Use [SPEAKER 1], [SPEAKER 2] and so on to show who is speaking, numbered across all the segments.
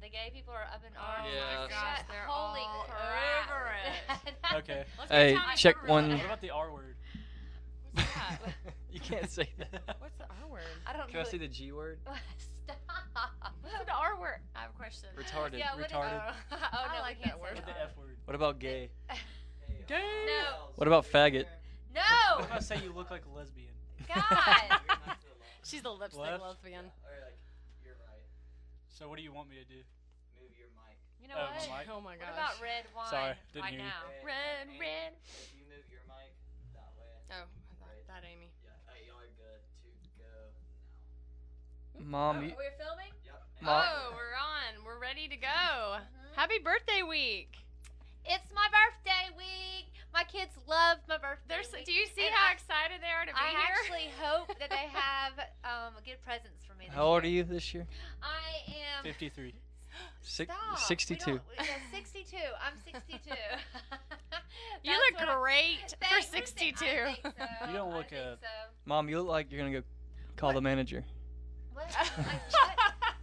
[SPEAKER 1] The gay people are up in
[SPEAKER 2] Oh
[SPEAKER 1] arms.
[SPEAKER 3] my
[SPEAKER 1] Shut-
[SPEAKER 2] gosh, they're
[SPEAKER 1] holy
[SPEAKER 2] all
[SPEAKER 1] crap.
[SPEAKER 2] over it.
[SPEAKER 3] Okay.
[SPEAKER 2] Let's
[SPEAKER 3] Hey,
[SPEAKER 2] get Tommy
[SPEAKER 3] check
[SPEAKER 2] Gerber
[SPEAKER 4] Mm.
[SPEAKER 3] one-
[SPEAKER 2] there.
[SPEAKER 3] What about the R word?
[SPEAKER 2] What's that?
[SPEAKER 3] you can't say that.
[SPEAKER 2] What's the R word?
[SPEAKER 1] I don't
[SPEAKER 3] Can I
[SPEAKER 1] know.
[SPEAKER 3] say the G word?
[SPEAKER 1] Stop.
[SPEAKER 2] What's the R word? I have a question.
[SPEAKER 3] Retarded.
[SPEAKER 1] yeah, what
[SPEAKER 3] retarded.
[SPEAKER 1] Is, oh, oh
[SPEAKER 2] I
[SPEAKER 1] no,
[SPEAKER 2] like
[SPEAKER 1] we can't
[SPEAKER 2] that word.
[SPEAKER 1] say
[SPEAKER 3] What about the
[SPEAKER 1] that.
[SPEAKER 3] F word?
[SPEAKER 5] What about gay?
[SPEAKER 3] Gay.
[SPEAKER 1] No.
[SPEAKER 3] What about faggot?
[SPEAKER 1] No.
[SPEAKER 3] What if I say you look like a lesbian?
[SPEAKER 1] God.
[SPEAKER 2] She's the lipstick
[SPEAKER 3] Left?
[SPEAKER 2] lesbian.
[SPEAKER 3] So what do you want me to do?
[SPEAKER 1] You know
[SPEAKER 3] Oh,
[SPEAKER 1] what?
[SPEAKER 3] my mic.
[SPEAKER 2] Oh my
[SPEAKER 1] What
[SPEAKER 2] gosh.
[SPEAKER 1] about red wine
[SPEAKER 3] Sorry, didn't
[SPEAKER 1] right
[SPEAKER 3] hear you.
[SPEAKER 1] now?
[SPEAKER 2] Red, red.
[SPEAKER 5] If you move your mic that way,
[SPEAKER 2] Oh, that, that Amy.
[SPEAKER 5] yeah, hey, y'all are good to go
[SPEAKER 1] Oh,
[SPEAKER 5] now.
[SPEAKER 3] Um,
[SPEAKER 4] Mom, you,
[SPEAKER 1] we're filming.
[SPEAKER 5] Yep.
[SPEAKER 4] Mom-
[SPEAKER 2] Oh, we're on. We're ready to go. Happy birthday week.
[SPEAKER 1] It's my birthday week. My kids love my birthday.
[SPEAKER 2] There's.
[SPEAKER 1] week.
[SPEAKER 2] Do you see
[SPEAKER 1] And
[SPEAKER 2] how
[SPEAKER 1] I-
[SPEAKER 2] excited they are to be
[SPEAKER 1] I
[SPEAKER 2] here?
[SPEAKER 1] actually hope that they have um, good presents for me. this
[SPEAKER 4] how old are
[SPEAKER 1] year.
[SPEAKER 4] you this year?
[SPEAKER 1] I am.
[SPEAKER 3] 53.
[SPEAKER 4] Six,
[SPEAKER 1] Stop. We
[SPEAKER 4] 62.
[SPEAKER 1] don't- yeah, 62. I'm 62.
[SPEAKER 2] you
[SPEAKER 1] That's
[SPEAKER 2] look
[SPEAKER 1] what I-
[SPEAKER 2] great for
[SPEAKER 1] Thanks, I think- I
[SPEAKER 2] 62.
[SPEAKER 1] think so.
[SPEAKER 3] You don't
[SPEAKER 1] I
[SPEAKER 3] look
[SPEAKER 1] think
[SPEAKER 3] a-
[SPEAKER 1] so.
[SPEAKER 4] Mom, you look like you're gonna go call the manager.
[SPEAKER 1] What? Like, what?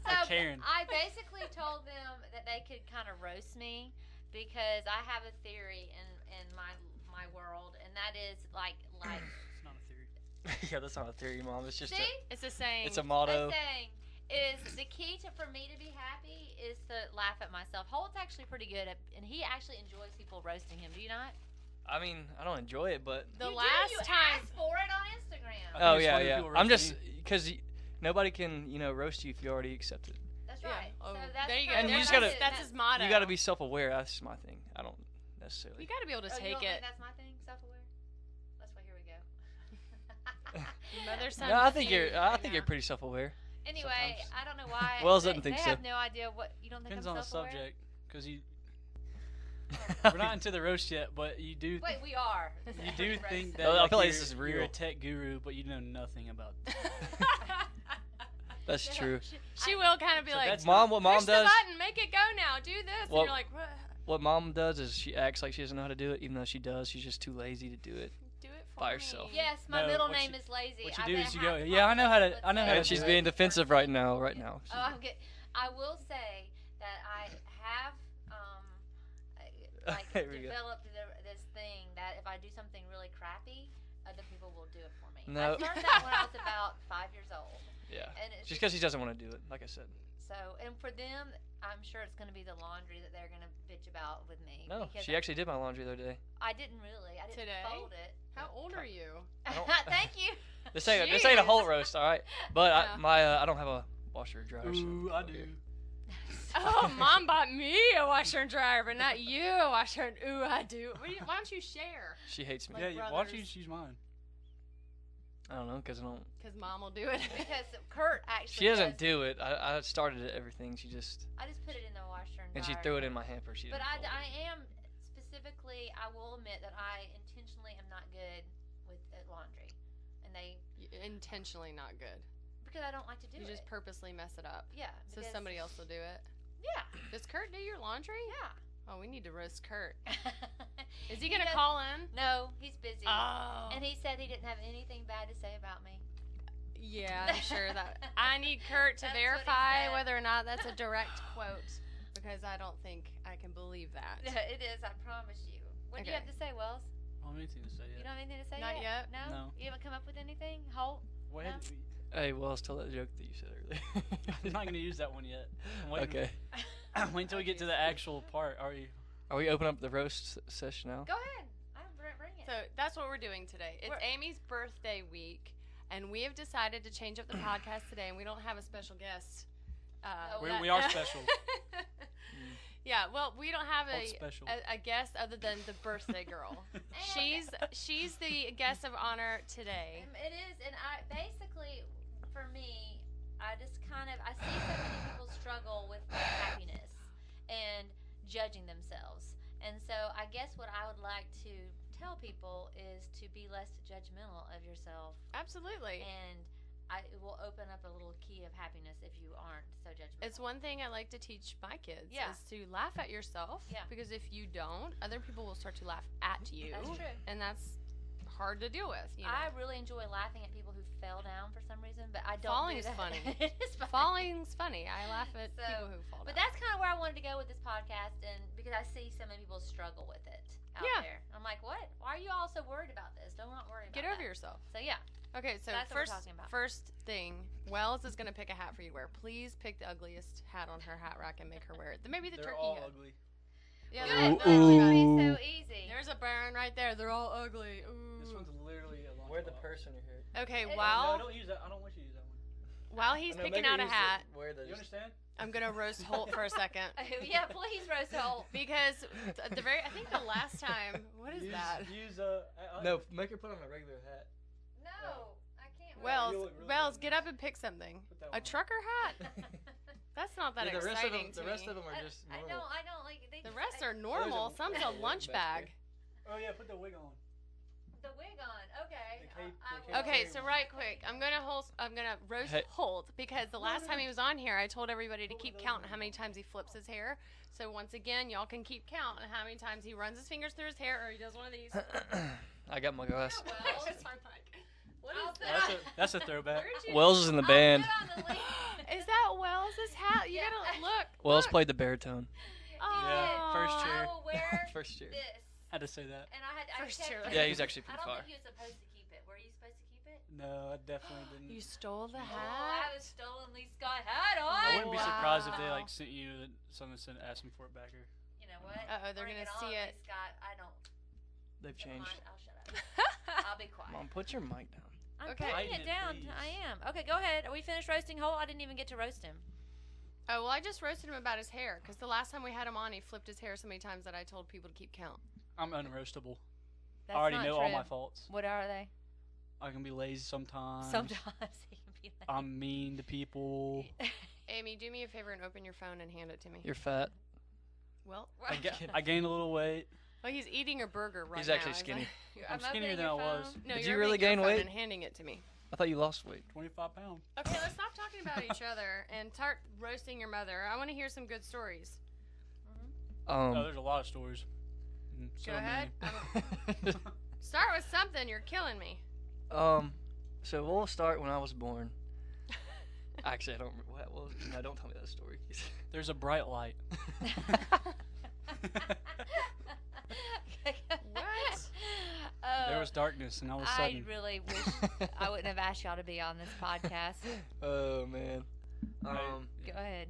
[SPEAKER 1] So
[SPEAKER 3] Karen.
[SPEAKER 1] I basically told them that they could kind of roast me because I have a theory in in my my world, and that is like like
[SPEAKER 3] It's not a theory.
[SPEAKER 4] yeah, that's not a theory, Mom. It's just
[SPEAKER 1] see
[SPEAKER 2] it's a saying.
[SPEAKER 4] it's a
[SPEAKER 1] my
[SPEAKER 4] motto.
[SPEAKER 1] thing is the key to for me to be happy is to laugh at myself. Holt's actually pretty good at, and he actually enjoys people roasting him. Do you not?
[SPEAKER 4] I mean, I don't enjoy it, but
[SPEAKER 2] the
[SPEAKER 1] You do,
[SPEAKER 2] last
[SPEAKER 1] you
[SPEAKER 2] time. Uh,
[SPEAKER 1] asked for it on Instagram.
[SPEAKER 3] I
[SPEAKER 4] oh
[SPEAKER 3] think it's
[SPEAKER 4] yeah,
[SPEAKER 3] funny if
[SPEAKER 4] yeah.
[SPEAKER 3] people
[SPEAKER 4] I'm
[SPEAKER 3] roast
[SPEAKER 4] just
[SPEAKER 3] me.
[SPEAKER 4] because nobody can you know roast you if you already accept it.
[SPEAKER 1] That's
[SPEAKER 2] Yeah.
[SPEAKER 1] right.
[SPEAKER 2] Oh,
[SPEAKER 1] so that's
[SPEAKER 2] there you go.
[SPEAKER 1] kind
[SPEAKER 4] And
[SPEAKER 1] of
[SPEAKER 4] you
[SPEAKER 1] what Oh,
[SPEAKER 4] just
[SPEAKER 1] I
[SPEAKER 4] gotta-
[SPEAKER 1] do.
[SPEAKER 2] That's his motto.
[SPEAKER 4] You gotta be self-aware. That's my thing. I don't necessarily.
[SPEAKER 2] You gotta be able to
[SPEAKER 1] Oh, you
[SPEAKER 2] take
[SPEAKER 1] don't think
[SPEAKER 2] it.
[SPEAKER 1] that's my thing. Self-aware. That's why. Here we go.
[SPEAKER 2] Mother, son,
[SPEAKER 4] no, I think
[SPEAKER 2] feud
[SPEAKER 4] you're. I
[SPEAKER 2] right
[SPEAKER 4] think
[SPEAKER 2] now.
[SPEAKER 4] you're pretty self-aware.
[SPEAKER 1] Anyway,
[SPEAKER 4] Sometimes.
[SPEAKER 1] I don't know why.
[SPEAKER 4] Wells
[SPEAKER 1] they,
[SPEAKER 4] doesn't think
[SPEAKER 1] they
[SPEAKER 4] so.
[SPEAKER 1] have no idea what you don't think.
[SPEAKER 3] Depends
[SPEAKER 1] I'm
[SPEAKER 3] on the
[SPEAKER 1] self-aware?
[SPEAKER 3] subject. Because you, we're not into the roast yet, but you do
[SPEAKER 1] Wait, we are.
[SPEAKER 3] you do think that
[SPEAKER 4] I
[SPEAKER 3] like,
[SPEAKER 4] feel like
[SPEAKER 3] you're-
[SPEAKER 4] this is
[SPEAKER 3] You're a
[SPEAKER 4] real.
[SPEAKER 3] tech guru, but you know nothing about.
[SPEAKER 4] That's true.
[SPEAKER 2] she will kind of be
[SPEAKER 3] So
[SPEAKER 2] like,
[SPEAKER 3] that's
[SPEAKER 2] push
[SPEAKER 4] Mom, what mom
[SPEAKER 2] the
[SPEAKER 4] does,
[SPEAKER 2] button, make it go now, do this,
[SPEAKER 4] Well-
[SPEAKER 2] and you're like, what?
[SPEAKER 4] what mom does is she acts like she doesn't know how to do it, even though she does. She's just too lazy to do it.
[SPEAKER 2] Do it for
[SPEAKER 4] By
[SPEAKER 2] me.
[SPEAKER 4] herself.
[SPEAKER 1] Yes, my
[SPEAKER 3] No,
[SPEAKER 1] middle
[SPEAKER 3] what
[SPEAKER 1] name
[SPEAKER 3] you-
[SPEAKER 1] is lazy.
[SPEAKER 3] what you
[SPEAKER 1] I
[SPEAKER 3] do
[SPEAKER 1] bet
[SPEAKER 3] is you
[SPEAKER 1] half
[SPEAKER 3] go,
[SPEAKER 1] the
[SPEAKER 3] "Yeah, I know how to-
[SPEAKER 1] populace
[SPEAKER 3] I know
[SPEAKER 1] would
[SPEAKER 3] how to
[SPEAKER 1] say
[SPEAKER 4] And
[SPEAKER 3] do
[SPEAKER 4] she's
[SPEAKER 3] it."
[SPEAKER 4] being defensive right now. Right now.
[SPEAKER 1] Oh, I'm good. I will say that I have um, I- like
[SPEAKER 4] Here we go.
[SPEAKER 1] developed the, this thing that if I do something really crappy, other people will do it for me. I
[SPEAKER 4] No.
[SPEAKER 1] learned that when I was about five years old,
[SPEAKER 4] yeah.
[SPEAKER 1] and it's just-
[SPEAKER 4] Just because she doesn't want to do it, like I said.
[SPEAKER 1] so. And for them, I'm sure it's going to be the laundry that they're going to bitch about with me.
[SPEAKER 4] No,
[SPEAKER 1] because
[SPEAKER 4] she actually did my laundry the other day.
[SPEAKER 1] I didn't really. I didn't
[SPEAKER 2] Today?
[SPEAKER 1] fold it.
[SPEAKER 2] How old are you?
[SPEAKER 4] I don't-
[SPEAKER 1] Thank you.
[SPEAKER 4] This ain't a, this ain't a whole
[SPEAKER 2] Jeez.
[SPEAKER 4] roast, all right. But
[SPEAKER 2] Yeah.
[SPEAKER 4] I, my uh, I don't have a washer or dryer. so-
[SPEAKER 3] Ooh, I do.
[SPEAKER 2] Oh, mom bought me a washer and dryer, but not you a washer and ooh, I do. What do you- Why don't you share?
[SPEAKER 4] She hates me.
[SPEAKER 2] Like
[SPEAKER 3] yeah, you- why don't you
[SPEAKER 2] brothers.
[SPEAKER 3] just use mine?
[SPEAKER 4] I don't know because I don't.
[SPEAKER 2] Because mom will do it.
[SPEAKER 1] Because Kurt actually.
[SPEAKER 4] She doesn't
[SPEAKER 1] does-
[SPEAKER 4] do it. I, I started at everything. She just
[SPEAKER 1] I just put it in the washer and.
[SPEAKER 4] and she
[SPEAKER 1] dryer.
[SPEAKER 4] threw it in my hamper. She
[SPEAKER 1] But I,
[SPEAKER 4] didn't fold it.
[SPEAKER 1] I am specifically. I will admit that I intentionally am not good with at laundry, and they
[SPEAKER 2] Intentionally not good.
[SPEAKER 1] because I don't like to do
[SPEAKER 2] you
[SPEAKER 1] it.
[SPEAKER 2] just purposely mess it up.
[SPEAKER 1] yeah.
[SPEAKER 2] So
[SPEAKER 1] because-
[SPEAKER 2] somebody else will do it.
[SPEAKER 1] Yeah.
[SPEAKER 2] Does Kurt do your laundry?
[SPEAKER 1] Yeah.
[SPEAKER 2] Oh, we need to roast Kurt. Is he
[SPEAKER 1] He
[SPEAKER 2] gonna
[SPEAKER 1] does-
[SPEAKER 2] call in?
[SPEAKER 1] no, he's busy.
[SPEAKER 2] Oh.
[SPEAKER 1] and he said he didn't have anything bad to say about me.
[SPEAKER 2] Yeah, I'm sure that I need Kurt to
[SPEAKER 1] That's what he
[SPEAKER 2] verify
[SPEAKER 1] said.
[SPEAKER 2] whether or not that's a direct quote because I don't think I can believe that.
[SPEAKER 1] it is. I promise you. What do you
[SPEAKER 2] Okay.
[SPEAKER 1] have to say, Wells?
[SPEAKER 3] I don't have anything to say
[SPEAKER 1] You
[SPEAKER 3] yet.
[SPEAKER 1] don't have anything to say
[SPEAKER 2] Not
[SPEAKER 1] yet?
[SPEAKER 2] yet?
[SPEAKER 1] No?
[SPEAKER 3] No.
[SPEAKER 1] You haven't come up with anything? Holt?
[SPEAKER 3] Why
[SPEAKER 1] No.
[SPEAKER 3] had-
[SPEAKER 4] Hey, Wells, tell that joke that you said earlier.
[SPEAKER 3] I'm not gonna use that one yet. I'm waiting-
[SPEAKER 4] okay.
[SPEAKER 3] Wait until we get to the actual part. Are you?
[SPEAKER 4] Are we opening up the roast s- session now?
[SPEAKER 1] Go ahead. I bring, bring it.
[SPEAKER 2] So that's what we're doing today. It's
[SPEAKER 1] We're-
[SPEAKER 2] Amy's birthday week, and we have decided to change up the podcast today, and we don't have a special guest. Uh,
[SPEAKER 1] No,
[SPEAKER 3] We-
[SPEAKER 2] that-
[SPEAKER 3] we are special.
[SPEAKER 2] yeah, well, we don't have
[SPEAKER 3] Called
[SPEAKER 2] a,
[SPEAKER 3] special.
[SPEAKER 1] uh,
[SPEAKER 2] a, a guest other than the birthday girl.
[SPEAKER 1] And-
[SPEAKER 2] she's she's the guest of honor today.
[SPEAKER 1] Um, it is, and I basically, for me, I just kind of I see so many people struggle with their happiness and judging themselves, and so I guess what I would like to tell people is to be less judgmental of yourself,
[SPEAKER 2] Absolutely.
[SPEAKER 1] and I, it will open up a little key of happiness if you aren't so judgmental.
[SPEAKER 2] It's one thing I like to teach my kids
[SPEAKER 1] Yeah.
[SPEAKER 2] is to laugh at yourself.
[SPEAKER 1] Yeah.
[SPEAKER 2] Because if you don't, other people will start to laugh at you.
[SPEAKER 1] That's true.
[SPEAKER 2] And that's hard to deal with. You know?
[SPEAKER 1] I really enjoy laughing at people who fell down for some reason, but I don't.
[SPEAKER 2] Falling
[SPEAKER 1] do
[SPEAKER 2] is
[SPEAKER 1] that.
[SPEAKER 2] funny.
[SPEAKER 1] it is funny.
[SPEAKER 2] Falling's funny. I laugh at
[SPEAKER 1] So,
[SPEAKER 2] people who fall
[SPEAKER 1] But
[SPEAKER 2] down.
[SPEAKER 1] that's kind of where wanted to go with this podcast, and because I see so many people struggle with it out
[SPEAKER 2] Yeah.
[SPEAKER 1] there, I'm like, what? Why are you all so worried about this? Don't not worry. About
[SPEAKER 2] Get over
[SPEAKER 1] that.
[SPEAKER 2] yourself.
[SPEAKER 1] So yeah,
[SPEAKER 2] Okay, so
[SPEAKER 1] That's what we're
[SPEAKER 2] first
[SPEAKER 1] talking about.
[SPEAKER 2] first thing, Wells is gonna pick a hat for you to wear. Please pick the ugliest hat on her hat rack and make her wear it. Then maybe the
[SPEAKER 3] They're
[SPEAKER 2] turkey
[SPEAKER 3] all
[SPEAKER 2] hat.
[SPEAKER 3] ugly.
[SPEAKER 2] Yeah,
[SPEAKER 1] good.
[SPEAKER 2] they're
[SPEAKER 1] That's
[SPEAKER 2] all
[SPEAKER 1] gonna
[SPEAKER 2] ugly.
[SPEAKER 1] be
[SPEAKER 4] Ooh.
[SPEAKER 1] so easy.
[SPEAKER 2] There's a burn right there. They're all ugly. Ooh.
[SPEAKER 3] This one's literally a long
[SPEAKER 4] Wear the
[SPEAKER 3] top.
[SPEAKER 4] purse on your head.
[SPEAKER 2] okay,
[SPEAKER 1] It-
[SPEAKER 2] while
[SPEAKER 3] No, don't use that. I don't want you to use that one.
[SPEAKER 2] while he's
[SPEAKER 4] No,
[SPEAKER 2] picking
[SPEAKER 4] maybe
[SPEAKER 2] out a
[SPEAKER 4] use the-
[SPEAKER 2] hat,
[SPEAKER 4] wear the
[SPEAKER 3] You understand?
[SPEAKER 2] I'm gonna roast Holt for a second
[SPEAKER 1] Oh, yeah, please, Rose Holt.
[SPEAKER 2] because th- the very I think the last time what is
[SPEAKER 3] use,
[SPEAKER 2] that?
[SPEAKER 3] Use uh, I- I-
[SPEAKER 4] No, make her put on a regular hat.
[SPEAKER 1] No, I can't.
[SPEAKER 2] Wells,
[SPEAKER 3] Well- look really
[SPEAKER 2] Wells,
[SPEAKER 3] good.
[SPEAKER 2] get up and pick something.
[SPEAKER 3] Put that
[SPEAKER 2] A
[SPEAKER 3] one
[SPEAKER 2] trucker hat? That's not that
[SPEAKER 4] Yeah, the rest of
[SPEAKER 2] exciting.
[SPEAKER 4] them,
[SPEAKER 2] to
[SPEAKER 4] the rest
[SPEAKER 2] me. Uh,
[SPEAKER 4] of them
[SPEAKER 1] I,
[SPEAKER 4] are just
[SPEAKER 1] I
[SPEAKER 4] normal.
[SPEAKER 1] don't. I don't like. They,
[SPEAKER 2] The
[SPEAKER 1] just-
[SPEAKER 2] rest
[SPEAKER 1] I-
[SPEAKER 2] are normal.
[SPEAKER 4] a-
[SPEAKER 2] Some's
[SPEAKER 4] there's a
[SPEAKER 2] a
[SPEAKER 4] wig
[SPEAKER 2] lunch
[SPEAKER 4] back
[SPEAKER 2] bag.
[SPEAKER 3] Oh yeah, put the wig on.
[SPEAKER 1] the wig on. Okay.
[SPEAKER 3] The cape-
[SPEAKER 1] I- I
[SPEAKER 3] the cape
[SPEAKER 1] will.
[SPEAKER 2] Okay,
[SPEAKER 3] Wig
[SPEAKER 2] so
[SPEAKER 3] on.
[SPEAKER 2] right quick, I'm gonna hold, I'm gonna roast
[SPEAKER 4] Hey.
[SPEAKER 2] Holt because the
[SPEAKER 3] No,
[SPEAKER 2] last
[SPEAKER 3] no,
[SPEAKER 2] time
[SPEAKER 3] no.
[SPEAKER 2] he was on here, I told everybody to
[SPEAKER 3] What were
[SPEAKER 2] keep
[SPEAKER 3] those
[SPEAKER 2] counting how
[SPEAKER 3] ones?
[SPEAKER 2] many times he flips his hair. So once again, y'all can keep count on how many times he runs his fingers through his hair or he does one of these.
[SPEAKER 4] I got my glass.
[SPEAKER 1] Well,
[SPEAKER 2] Just my mic. What
[SPEAKER 1] I'll
[SPEAKER 2] is
[SPEAKER 1] say-
[SPEAKER 3] That's a
[SPEAKER 2] that?
[SPEAKER 3] that's a throwback.
[SPEAKER 2] Where'd you-
[SPEAKER 4] Wells is in the
[SPEAKER 1] I'll
[SPEAKER 4] band.
[SPEAKER 1] put on the link.
[SPEAKER 2] is that Wells' hat? You
[SPEAKER 1] Yeah.
[SPEAKER 2] gotta look.
[SPEAKER 4] Wells
[SPEAKER 2] look.
[SPEAKER 4] played the baritone.
[SPEAKER 1] Yeah,
[SPEAKER 2] Oh.
[SPEAKER 4] first
[SPEAKER 1] I
[SPEAKER 4] chair.
[SPEAKER 1] will wear
[SPEAKER 4] First year.
[SPEAKER 1] this,
[SPEAKER 3] I had to say that.
[SPEAKER 1] and I had. I
[SPEAKER 2] First
[SPEAKER 1] checked
[SPEAKER 2] chair.
[SPEAKER 1] it.
[SPEAKER 4] Yeah, he's actually
[SPEAKER 1] I
[SPEAKER 4] pretty
[SPEAKER 1] don't
[SPEAKER 4] far.
[SPEAKER 1] think he was supposed to keep it. Were you supposed to keep it?
[SPEAKER 3] No, I definitely didn't.
[SPEAKER 2] You stole the
[SPEAKER 3] Oh, I
[SPEAKER 1] Oh, I
[SPEAKER 2] hat.
[SPEAKER 1] have a stolen Lee Scott hat on.
[SPEAKER 3] I wouldn't be surprised if they
[SPEAKER 2] Wow.
[SPEAKER 3] like sent you someone sent asked them for it back here.
[SPEAKER 1] You know what?
[SPEAKER 2] Uh-oh, they're
[SPEAKER 1] Bring
[SPEAKER 2] gonna
[SPEAKER 1] it on,
[SPEAKER 2] see
[SPEAKER 1] Lee
[SPEAKER 2] it.
[SPEAKER 1] Scott, I don't.
[SPEAKER 4] They've
[SPEAKER 1] Never
[SPEAKER 4] changed.
[SPEAKER 1] mind, I'll shut up. I'll be quiet.
[SPEAKER 4] Mom, put your mic down.
[SPEAKER 1] I'm
[SPEAKER 2] Okay.
[SPEAKER 1] putting
[SPEAKER 3] Lighten
[SPEAKER 1] it
[SPEAKER 3] it,
[SPEAKER 1] down.
[SPEAKER 3] please.
[SPEAKER 1] I am. Okay, go ahead. Are we finished roasting Holt? I didn't even get to roast him.
[SPEAKER 2] Oh well, I just roasted him about his hair because the last time we had him on, he flipped his hair so many times that I told people to keep count.
[SPEAKER 3] I'm unroastable.
[SPEAKER 1] That's
[SPEAKER 3] I already
[SPEAKER 1] not
[SPEAKER 3] know all my
[SPEAKER 1] true.
[SPEAKER 3] faults.
[SPEAKER 1] What are they?
[SPEAKER 3] I can be lazy sometimes.
[SPEAKER 1] Sometimes he can be like.
[SPEAKER 3] I'm mean to people.
[SPEAKER 2] Amy, do me a favor and open your phone and hand it to me.
[SPEAKER 4] You're fat.
[SPEAKER 2] well,
[SPEAKER 4] I get-
[SPEAKER 3] I gained a little weight.
[SPEAKER 2] well, he's eating a burger right
[SPEAKER 4] He's
[SPEAKER 2] now.
[SPEAKER 4] actually
[SPEAKER 2] He's
[SPEAKER 4] skinny.
[SPEAKER 2] like-
[SPEAKER 3] I'm
[SPEAKER 1] opening
[SPEAKER 3] skinnier than I
[SPEAKER 1] your
[SPEAKER 3] was.
[SPEAKER 1] phone.
[SPEAKER 2] no,
[SPEAKER 4] Did
[SPEAKER 2] you're
[SPEAKER 4] you really
[SPEAKER 2] opening your
[SPEAKER 4] gain
[SPEAKER 2] phone
[SPEAKER 4] weight?
[SPEAKER 2] and handing it to me.
[SPEAKER 4] I thought you lost weight.
[SPEAKER 3] 25 pounds.
[SPEAKER 2] Okay, let's stop talking about each other and start roasting your mother. I want to hear some good stories.
[SPEAKER 3] oh,
[SPEAKER 4] Um,
[SPEAKER 3] there's a lot of stories. Mm, So
[SPEAKER 2] Go ahead.
[SPEAKER 3] many.
[SPEAKER 2] Start with something. You're killing me.
[SPEAKER 4] um, so we'll start when I was born. Actually, I don't. remember- What, what was, no, don't tell me that story.
[SPEAKER 3] there's a bright light.
[SPEAKER 2] What?
[SPEAKER 1] Oh,
[SPEAKER 3] there was darkness, and all of a
[SPEAKER 1] I
[SPEAKER 3] sudden,
[SPEAKER 1] really wish I wouldn't have asked y'all to be on this podcast.
[SPEAKER 4] oh man. Um,
[SPEAKER 1] Go ahead.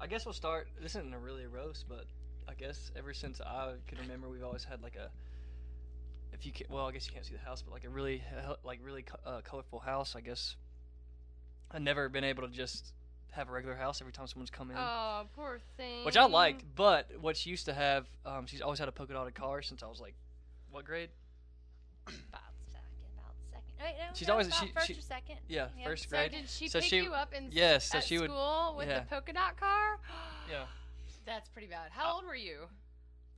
[SPEAKER 4] I guess we'll start. This isn't a really a roast, but I guess ever since I can remember, we've always had like a. If you can, well, I guess you can't see the house, but like a really, hel- like really co- uh, colorful house. I guess. I've never been able to just have a regular house every time someone's come in,
[SPEAKER 2] Oh, poor thing.
[SPEAKER 4] which I liked. But what she used to have, um, she's always had a polka dotted car since I was like, what grade?
[SPEAKER 1] About second, about second. Wait, no,
[SPEAKER 4] She's
[SPEAKER 1] no,
[SPEAKER 4] always-
[SPEAKER 1] about
[SPEAKER 4] she-
[SPEAKER 1] first
[SPEAKER 4] she-
[SPEAKER 1] or second.
[SPEAKER 4] Yeah,
[SPEAKER 1] Yeah.
[SPEAKER 4] first
[SPEAKER 2] So
[SPEAKER 4] grade.
[SPEAKER 2] did she
[SPEAKER 4] So
[SPEAKER 2] pick
[SPEAKER 4] she-
[SPEAKER 2] you up in
[SPEAKER 4] yes, so
[SPEAKER 2] at
[SPEAKER 4] she would.
[SPEAKER 2] school with
[SPEAKER 4] yeah.
[SPEAKER 2] the polka dot car?
[SPEAKER 4] Yeah. Uh,
[SPEAKER 2] That's pretty bad. How old were you?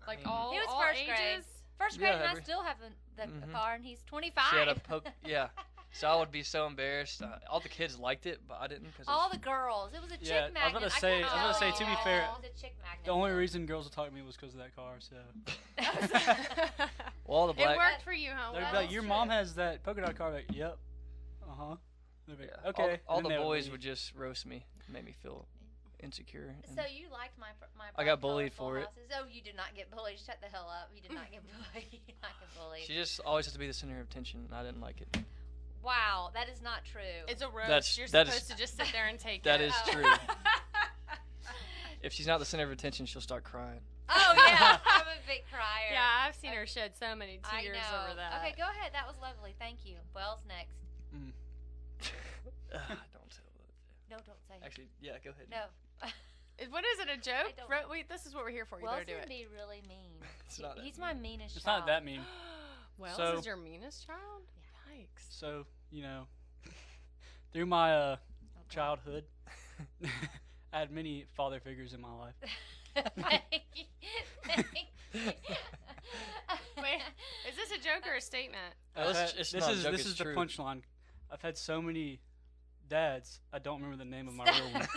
[SPEAKER 2] Like
[SPEAKER 4] mean-
[SPEAKER 2] all
[SPEAKER 1] He was
[SPEAKER 2] all
[SPEAKER 1] first
[SPEAKER 2] ages?
[SPEAKER 1] grade. First grade,
[SPEAKER 4] Yeah,
[SPEAKER 1] and I
[SPEAKER 4] every-
[SPEAKER 1] still have a, the
[SPEAKER 4] Mhm.
[SPEAKER 1] car, and he's 25.
[SPEAKER 4] She had a poke- yeah. So I would be so embarrassed. Uh, all the kids liked it, but I didn't because
[SPEAKER 1] All the girls. It was a chick
[SPEAKER 3] Yeah, I was
[SPEAKER 1] magnet.
[SPEAKER 3] about
[SPEAKER 1] couldn't
[SPEAKER 3] to
[SPEAKER 2] I
[SPEAKER 3] say-
[SPEAKER 2] was about to say, to be
[SPEAKER 1] tell
[SPEAKER 2] fair,
[SPEAKER 1] y'all it was a chick magnet.
[SPEAKER 3] the only reason girls would talk to me was because of that car. So
[SPEAKER 4] well, all the black
[SPEAKER 2] It worked for you, huh?
[SPEAKER 3] they'd
[SPEAKER 1] Well,
[SPEAKER 3] be
[SPEAKER 2] Wes?
[SPEAKER 3] like,
[SPEAKER 1] that's
[SPEAKER 3] "Your
[SPEAKER 1] true.
[SPEAKER 3] mom has that polka dot car." Like, yep. Uh huh.
[SPEAKER 4] Yeah. all-
[SPEAKER 3] Okay.
[SPEAKER 4] All,
[SPEAKER 3] And
[SPEAKER 4] the
[SPEAKER 3] then they
[SPEAKER 4] boys
[SPEAKER 3] leave.
[SPEAKER 4] would just roast me, made me feel insecure. and-
[SPEAKER 1] So you liked my pr- my.
[SPEAKER 4] I got bullied for it.
[SPEAKER 1] Houses. Oh, you did not get bullied. Shut the hell up. You did not get bullied. you did not get bullied.
[SPEAKER 4] she just always has to be the center of attention, and I didn't like it.
[SPEAKER 1] Wow, that is not true.
[SPEAKER 2] It's a roast.
[SPEAKER 4] That's-
[SPEAKER 2] You're
[SPEAKER 4] that is-
[SPEAKER 2] supposed to just sit there and take
[SPEAKER 4] That
[SPEAKER 2] it.
[SPEAKER 4] is
[SPEAKER 1] Oh.
[SPEAKER 4] true. If she's not the center of attention, she'll start crying.
[SPEAKER 1] oh yeah, I'm a big crier.
[SPEAKER 2] Yeah, I've seen her shed so many
[SPEAKER 1] I
[SPEAKER 2] tears
[SPEAKER 1] know.
[SPEAKER 2] over that.
[SPEAKER 1] Okay, go ahead. That was lovely. Thank you. Wells next.
[SPEAKER 4] Ugh, don't tell. That.
[SPEAKER 1] No, don't say. it.
[SPEAKER 4] Actually, yeah, go ahead.
[SPEAKER 1] No.
[SPEAKER 2] Is- What is it? A joke?
[SPEAKER 1] don't
[SPEAKER 2] Ro-
[SPEAKER 1] know.
[SPEAKER 2] wait, this is what we're here for. You
[SPEAKER 1] Wells
[SPEAKER 2] better do
[SPEAKER 1] can
[SPEAKER 2] it.
[SPEAKER 1] be really mean.
[SPEAKER 4] It's
[SPEAKER 1] He-
[SPEAKER 4] not that
[SPEAKER 1] he's
[SPEAKER 4] mean.
[SPEAKER 1] my meanest
[SPEAKER 3] It's
[SPEAKER 1] child.
[SPEAKER 3] not that mean.
[SPEAKER 2] Wells
[SPEAKER 3] So-
[SPEAKER 2] is your meanest child. Yikes.
[SPEAKER 3] So you know, through my uh,
[SPEAKER 1] Okay.
[SPEAKER 3] childhood, I had many father figures in my life.
[SPEAKER 1] Oh, Thank you. Thank you.
[SPEAKER 2] Wait, Is this a joke or a statement?
[SPEAKER 4] No,
[SPEAKER 3] I've
[SPEAKER 4] it's-
[SPEAKER 3] had-
[SPEAKER 4] it's
[SPEAKER 3] this
[SPEAKER 4] not a
[SPEAKER 3] is
[SPEAKER 4] joke,
[SPEAKER 3] this
[SPEAKER 4] it's
[SPEAKER 3] is
[SPEAKER 4] true.
[SPEAKER 3] the punchline. I've had so many dads. I don't remember the name of my real one.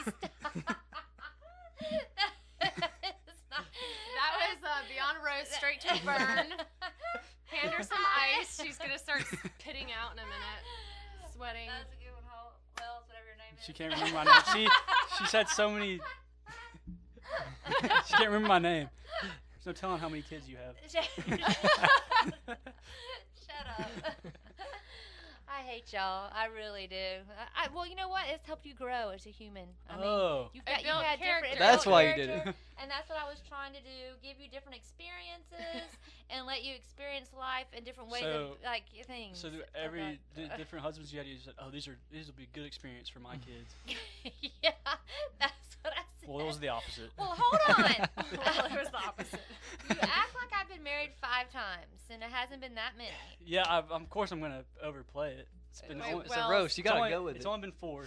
[SPEAKER 2] That was uh, Beyond Rose, straight to burn. Hand her some ice. She's gonna start pitting out in a minute, sweating.
[SPEAKER 1] That was a good one. Hol- Wells, whatever your name is.
[SPEAKER 3] She can't remember my name. She she said so many. She can't remember my name. There's no telling how many kids you have.
[SPEAKER 1] Shut up. I hate y'all. I really do. I, I well, you know what? It's helped you grow as a human. I mean,
[SPEAKER 3] oh.
[SPEAKER 1] you've
[SPEAKER 2] It
[SPEAKER 1] got you've
[SPEAKER 2] built
[SPEAKER 1] had different.
[SPEAKER 2] character.
[SPEAKER 1] it
[SPEAKER 4] That's
[SPEAKER 1] built
[SPEAKER 4] why you did
[SPEAKER 1] character,
[SPEAKER 4] it.
[SPEAKER 1] And that's what I was trying to do: give you different experiences and let you experience life in different ways,
[SPEAKER 3] So-
[SPEAKER 1] of, like things.
[SPEAKER 3] So th-
[SPEAKER 1] Oh,
[SPEAKER 3] every
[SPEAKER 1] God.
[SPEAKER 3] di- different husbands you had, you said, "Oh, these are these will be good experience for my kids."
[SPEAKER 1] yeah, that's what I said.
[SPEAKER 3] Well, it was the opposite.
[SPEAKER 1] Well, hold on.
[SPEAKER 2] Well, it was the opposite.
[SPEAKER 1] You act like I've been married five times, and it hasn't been that many.
[SPEAKER 3] Yeah, I, of course I'm gonna overplay it. It's been
[SPEAKER 2] Wait,
[SPEAKER 3] only,
[SPEAKER 4] it's a
[SPEAKER 2] well,
[SPEAKER 4] roast. You
[SPEAKER 3] it's
[SPEAKER 4] gotta
[SPEAKER 3] only-
[SPEAKER 4] go with
[SPEAKER 3] It's
[SPEAKER 4] it.
[SPEAKER 3] only been four.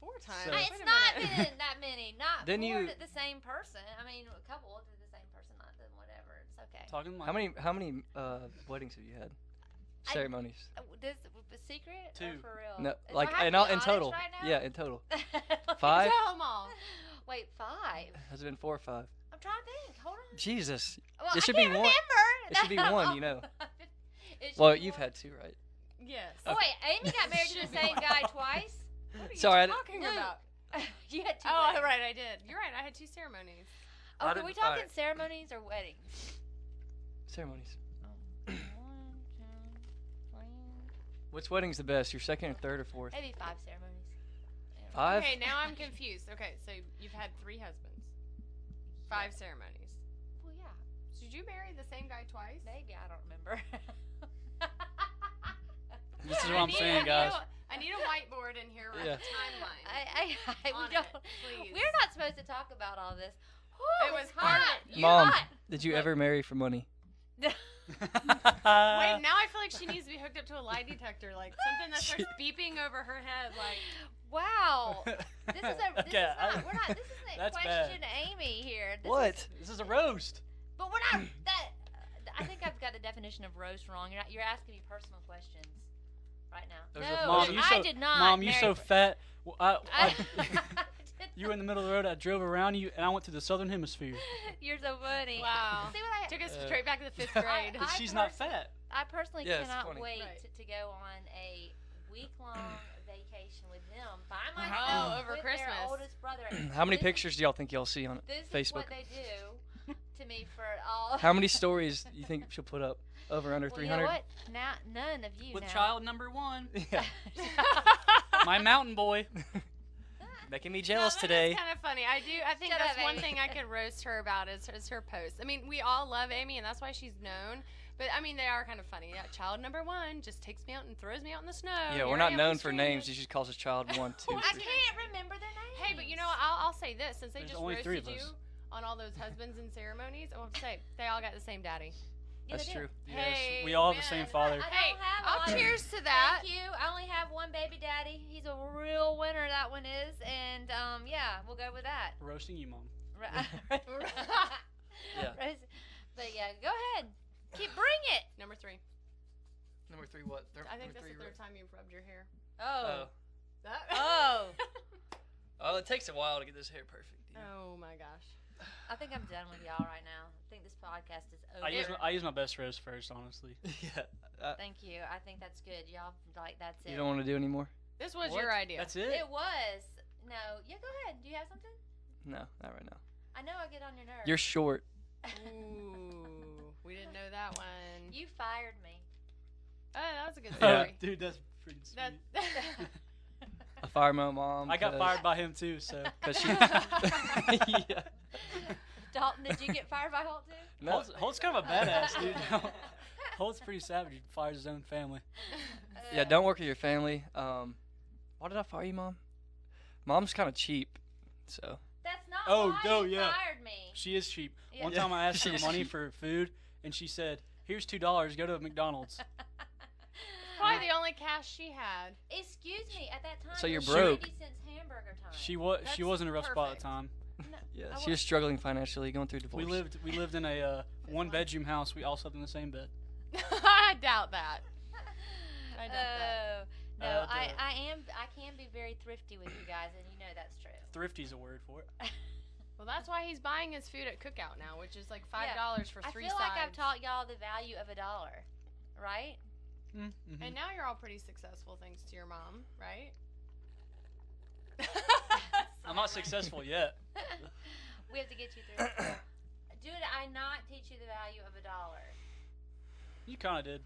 [SPEAKER 2] Four
[SPEAKER 3] times.
[SPEAKER 2] times.
[SPEAKER 3] So-
[SPEAKER 1] it's not been that many. Not
[SPEAKER 4] Then
[SPEAKER 1] then you
[SPEAKER 4] you-
[SPEAKER 1] to the same person. I mean, a couple to the same person, not then whatever. It's okay.
[SPEAKER 3] Talking to my
[SPEAKER 4] how many how many uh, weddings have you had?
[SPEAKER 1] I-
[SPEAKER 4] Ceremonies.
[SPEAKER 1] Uh, This the secret or
[SPEAKER 3] Two.
[SPEAKER 1] for real?
[SPEAKER 4] no,
[SPEAKER 1] Do I
[SPEAKER 4] like
[SPEAKER 1] have to
[SPEAKER 4] in,
[SPEAKER 1] be
[SPEAKER 4] all, in
[SPEAKER 1] honest
[SPEAKER 4] total.
[SPEAKER 1] right now?
[SPEAKER 4] Yeah, in total.
[SPEAKER 1] Like,
[SPEAKER 4] Five?
[SPEAKER 2] Tell 'em all.
[SPEAKER 1] Wait, five.
[SPEAKER 4] Has it been four or five?
[SPEAKER 1] I'm trying to think. Hold on.
[SPEAKER 4] Jesus.
[SPEAKER 1] Well,
[SPEAKER 4] It
[SPEAKER 1] I
[SPEAKER 4] should be
[SPEAKER 1] can't
[SPEAKER 4] one-
[SPEAKER 1] Remember.
[SPEAKER 4] it should be one, you know.
[SPEAKER 1] It should
[SPEAKER 4] Well,
[SPEAKER 1] be
[SPEAKER 4] you've
[SPEAKER 1] one.
[SPEAKER 4] had two, right?
[SPEAKER 2] Yes.
[SPEAKER 1] Oh, wait, Amy got married to
[SPEAKER 2] Should
[SPEAKER 1] the
[SPEAKER 2] be
[SPEAKER 1] same
[SPEAKER 2] one.
[SPEAKER 1] guy twice.
[SPEAKER 2] What are you
[SPEAKER 4] Sorry, I d-
[SPEAKER 2] talking
[SPEAKER 1] No,
[SPEAKER 2] about?
[SPEAKER 1] you had two.
[SPEAKER 2] Oh,
[SPEAKER 1] weddings.
[SPEAKER 2] right, I did. You're right. I had two ceremonies.
[SPEAKER 1] Oh,
[SPEAKER 4] I
[SPEAKER 1] are we
[SPEAKER 4] didn't- all
[SPEAKER 1] talking
[SPEAKER 4] right.
[SPEAKER 1] ceremonies or weddings?
[SPEAKER 4] Ceremonies.
[SPEAKER 1] One, two, three.
[SPEAKER 4] Which wedding's the best? Your second or third or fourth?
[SPEAKER 1] Maybe five ceremonies.
[SPEAKER 4] Five?
[SPEAKER 2] Okay, now I'm confused. Okay, so you've had three husbands, five ceremonies.
[SPEAKER 1] Well, yeah.
[SPEAKER 2] So did you marry the same guy twice?
[SPEAKER 1] Maybe I don't remember.
[SPEAKER 3] This is
[SPEAKER 2] I
[SPEAKER 3] what I'm
[SPEAKER 2] need-
[SPEAKER 3] saying, guys.
[SPEAKER 2] I need, a, I need a whiteboard in here with
[SPEAKER 4] Yeah.
[SPEAKER 2] a timeline.
[SPEAKER 1] I, I, I we
[SPEAKER 2] on it,
[SPEAKER 1] don't.
[SPEAKER 2] please.
[SPEAKER 1] We're not supposed to talk about all this. Whew,
[SPEAKER 2] It was
[SPEAKER 1] it's hot.
[SPEAKER 2] hard.
[SPEAKER 1] It's
[SPEAKER 4] Mom.
[SPEAKER 1] hot.
[SPEAKER 4] Did you
[SPEAKER 1] Look.
[SPEAKER 4] ever marry for money?
[SPEAKER 3] Uh,
[SPEAKER 2] Wait, now I feel like she needs to be hooked up to a lie detector, like something that starts beeping over her head, like
[SPEAKER 1] Wow. This is a. This
[SPEAKER 3] Okay,
[SPEAKER 1] is
[SPEAKER 3] I-
[SPEAKER 1] not. We're not. This isn't
[SPEAKER 3] That's
[SPEAKER 1] question
[SPEAKER 3] bad.
[SPEAKER 1] Amy here. This
[SPEAKER 4] What?
[SPEAKER 1] is-
[SPEAKER 3] This is a roast.
[SPEAKER 1] but we're not. That. I think I've got the definition of roast wrong. You're not. You're asking me personal questions right now.
[SPEAKER 4] Those
[SPEAKER 1] no,
[SPEAKER 4] are
[SPEAKER 3] Mom, you
[SPEAKER 1] I
[SPEAKER 3] so-
[SPEAKER 1] did not.
[SPEAKER 3] Mom, you
[SPEAKER 1] marry
[SPEAKER 3] so
[SPEAKER 1] for-
[SPEAKER 3] fat. Well, I,
[SPEAKER 1] I,
[SPEAKER 3] I,
[SPEAKER 1] did
[SPEAKER 3] you were in the middle of the road. I drove around you, and I went to the southern hemisphere.
[SPEAKER 1] not. You're so funny.
[SPEAKER 2] wow.
[SPEAKER 1] See what I
[SPEAKER 2] Took us
[SPEAKER 4] Uh,
[SPEAKER 2] straight back to the fifth grade.
[SPEAKER 1] I
[SPEAKER 3] She's not
[SPEAKER 1] personally-
[SPEAKER 3] fat.
[SPEAKER 1] I personally
[SPEAKER 4] Yeah, it's
[SPEAKER 1] cannot
[SPEAKER 4] funny.
[SPEAKER 1] wait
[SPEAKER 2] Right.
[SPEAKER 1] to, to go on a week long vacation with them by
[SPEAKER 2] Wow,
[SPEAKER 1] myself
[SPEAKER 2] Uh-huh. over
[SPEAKER 1] with
[SPEAKER 2] Christmas.
[SPEAKER 1] their oldest brother.
[SPEAKER 4] How many
[SPEAKER 1] This is-
[SPEAKER 4] pictures do y'all think y'all see on it?
[SPEAKER 1] This is
[SPEAKER 4] Facebook?
[SPEAKER 1] what they do to me for all.
[SPEAKER 4] How many stories do you think she'll put up? Over under
[SPEAKER 1] Well,
[SPEAKER 4] three
[SPEAKER 1] you know
[SPEAKER 4] hundred.
[SPEAKER 1] what? Now none of you
[SPEAKER 3] With
[SPEAKER 1] now.
[SPEAKER 3] child number one,
[SPEAKER 4] yeah.
[SPEAKER 3] my mountain boy.
[SPEAKER 4] Making me
[SPEAKER 2] No,
[SPEAKER 4] jealous
[SPEAKER 2] that is
[SPEAKER 4] today.
[SPEAKER 2] kind of funny. I do. I think
[SPEAKER 1] Shut
[SPEAKER 2] that's
[SPEAKER 1] up,
[SPEAKER 2] one
[SPEAKER 1] Amy.
[SPEAKER 2] thing I could roast her about is, is her posts. I mean, we all love Amy, and that's why she's known. But I mean, they are kind of funny. That child number one just takes me out and throws me out in the snow.
[SPEAKER 4] yeah,
[SPEAKER 2] Here
[SPEAKER 4] we're
[SPEAKER 2] I
[SPEAKER 4] not
[SPEAKER 2] am,
[SPEAKER 4] known
[SPEAKER 2] I'm
[SPEAKER 4] for
[SPEAKER 2] stranded.
[SPEAKER 4] names. You just calls us child one, two,
[SPEAKER 1] I
[SPEAKER 4] three.
[SPEAKER 1] can't remember their names.
[SPEAKER 2] Hey, but you know, what? I'll, I'll say this since they
[SPEAKER 3] There's
[SPEAKER 2] just
[SPEAKER 3] only three
[SPEAKER 2] roasted
[SPEAKER 3] of
[SPEAKER 2] you
[SPEAKER 3] us.
[SPEAKER 2] on all those husbands and ceremonies. I will say they all got the same daddy.
[SPEAKER 1] Yeah,
[SPEAKER 4] That's
[SPEAKER 1] they do.
[SPEAKER 4] true.
[SPEAKER 3] Yes, we
[SPEAKER 2] Hey,
[SPEAKER 3] all have the
[SPEAKER 2] man.
[SPEAKER 3] same
[SPEAKER 1] I
[SPEAKER 3] father.
[SPEAKER 1] don't
[SPEAKER 2] Hey,
[SPEAKER 1] have a
[SPEAKER 2] I'll
[SPEAKER 1] lot of-
[SPEAKER 2] cheers to that.
[SPEAKER 1] Thank you. I only have one baby daddy. He's a real winner. That one is, and um, yeah, we'll go with that.
[SPEAKER 3] Roasting you, mom.
[SPEAKER 1] Right.
[SPEAKER 4] Yeah.
[SPEAKER 1] Right. But yeah, go ahead. Keep bring it.
[SPEAKER 2] Number three.
[SPEAKER 4] Number three, what? Thir-
[SPEAKER 2] I think that's the third time you've rubbed your hair.
[SPEAKER 1] Oh.
[SPEAKER 2] That-
[SPEAKER 1] Oh.
[SPEAKER 4] Oh, it takes a while to get this hair perfect.
[SPEAKER 2] oh my gosh.
[SPEAKER 1] I think I'm done with y'all right now. I think this podcast is over.
[SPEAKER 3] I use my, I use my best roast first, honestly.
[SPEAKER 4] yeah. Uh,
[SPEAKER 1] Thank you. I think that's good. Y'all like that's it.
[SPEAKER 4] you don't want to do anymore?
[SPEAKER 2] This was
[SPEAKER 3] What?
[SPEAKER 2] your idea.
[SPEAKER 3] That's it.
[SPEAKER 1] It was. No. Yeah, go ahead. Do you have something?
[SPEAKER 4] No, not right now.
[SPEAKER 1] I know I get on your nerves.
[SPEAKER 4] You're short.
[SPEAKER 2] Ooh, we didn't know that one.
[SPEAKER 1] you fired me.
[SPEAKER 2] Oh, that was a good
[SPEAKER 4] Yeah.
[SPEAKER 2] story.
[SPEAKER 3] dude, that's freaking sweet.
[SPEAKER 2] That,
[SPEAKER 4] I fired my mom.
[SPEAKER 3] I got
[SPEAKER 4] 'cause-
[SPEAKER 3] fired by him too, so.
[SPEAKER 4] Cause she. yeah.
[SPEAKER 1] Dalton, did you get fired by Holt too? Uh,
[SPEAKER 4] No.
[SPEAKER 3] Holt's, Holt's kind of a badass, dude. Holt's pretty savage. He fires his own family.
[SPEAKER 4] Yeah, don't work with your family. Um, why did I fire you, mom? Mom's kind of cheap, so
[SPEAKER 1] That's not
[SPEAKER 3] Oh,
[SPEAKER 1] why
[SPEAKER 3] no,
[SPEAKER 1] you
[SPEAKER 3] yeah.
[SPEAKER 1] fired me.
[SPEAKER 3] She is cheap.
[SPEAKER 1] Yeah.
[SPEAKER 3] One
[SPEAKER 4] Yeah,
[SPEAKER 3] time I asked
[SPEAKER 4] she
[SPEAKER 3] her
[SPEAKER 4] is
[SPEAKER 3] money
[SPEAKER 4] cheap.
[SPEAKER 3] for food, and she said, "Here's two dollars. Go to McDonald's."
[SPEAKER 2] probably the only cash she had.
[SPEAKER 1] Excuse me. At that time,
[SPEAKER 4] So
[SPEAKER 1] it
[SPEAKER 4] you're
[SPEAKER 1] was
[SPEAKER 4] broke.
[SPEAKER 1] 90 cents hamburger time.
[SPEAKER 3] She was she
[SPEAKER 2] That's
[SPEAKER 3] was in a rough spot at
[SPEAKER 2] perfect.
[SPEAKER 3] the time.
[SPEAKER 4] yeah,
[SPEAKER 1] I
[SPEAKER 4] she was struggling financially, going through divorce.
[SPEAKER 3] We lived we lived in a uh, one bedroom house. We all slept in the same bed.
[SPEAKER 2] I doubt that. I doubt
[SPEAKER 1] Oh,
[SPEAKER 2] that.
[SPEAKER 1] no,
[SPEAKER 3] Uh,
[SPEAKER 1] I,
[SPEAKER 3] the-
[SPEAKER 1] I am I can be very thrifty with you guys, and you know that's true.
[SPEAKER 3] Thrifty's a word for it.
[SPEAKER 2] Well, that's why he's buying his food at Cookout now, which is like five
[SPEAKER 1] Yeah.
[SPEAKER 2] dollars for
[SPEAKER 1] I
[SPEAKER 2] three
[SPEAKER 1] feel
[SPEAKER 2] sides.
[SPEAKER 1] like I've taught y'all the value of a dollar, right?
[SPEAKER 3] Mm, mhm.
[SPEAKER 2] And now you're all pretty successful thanks to your mom, right?
[SPEAKER 3] I'm not successful yet.
[SPEAKER 1] We have to get you through school. Did I not teach you the value of a dollar?
[SPEAKER 3] You kind of did.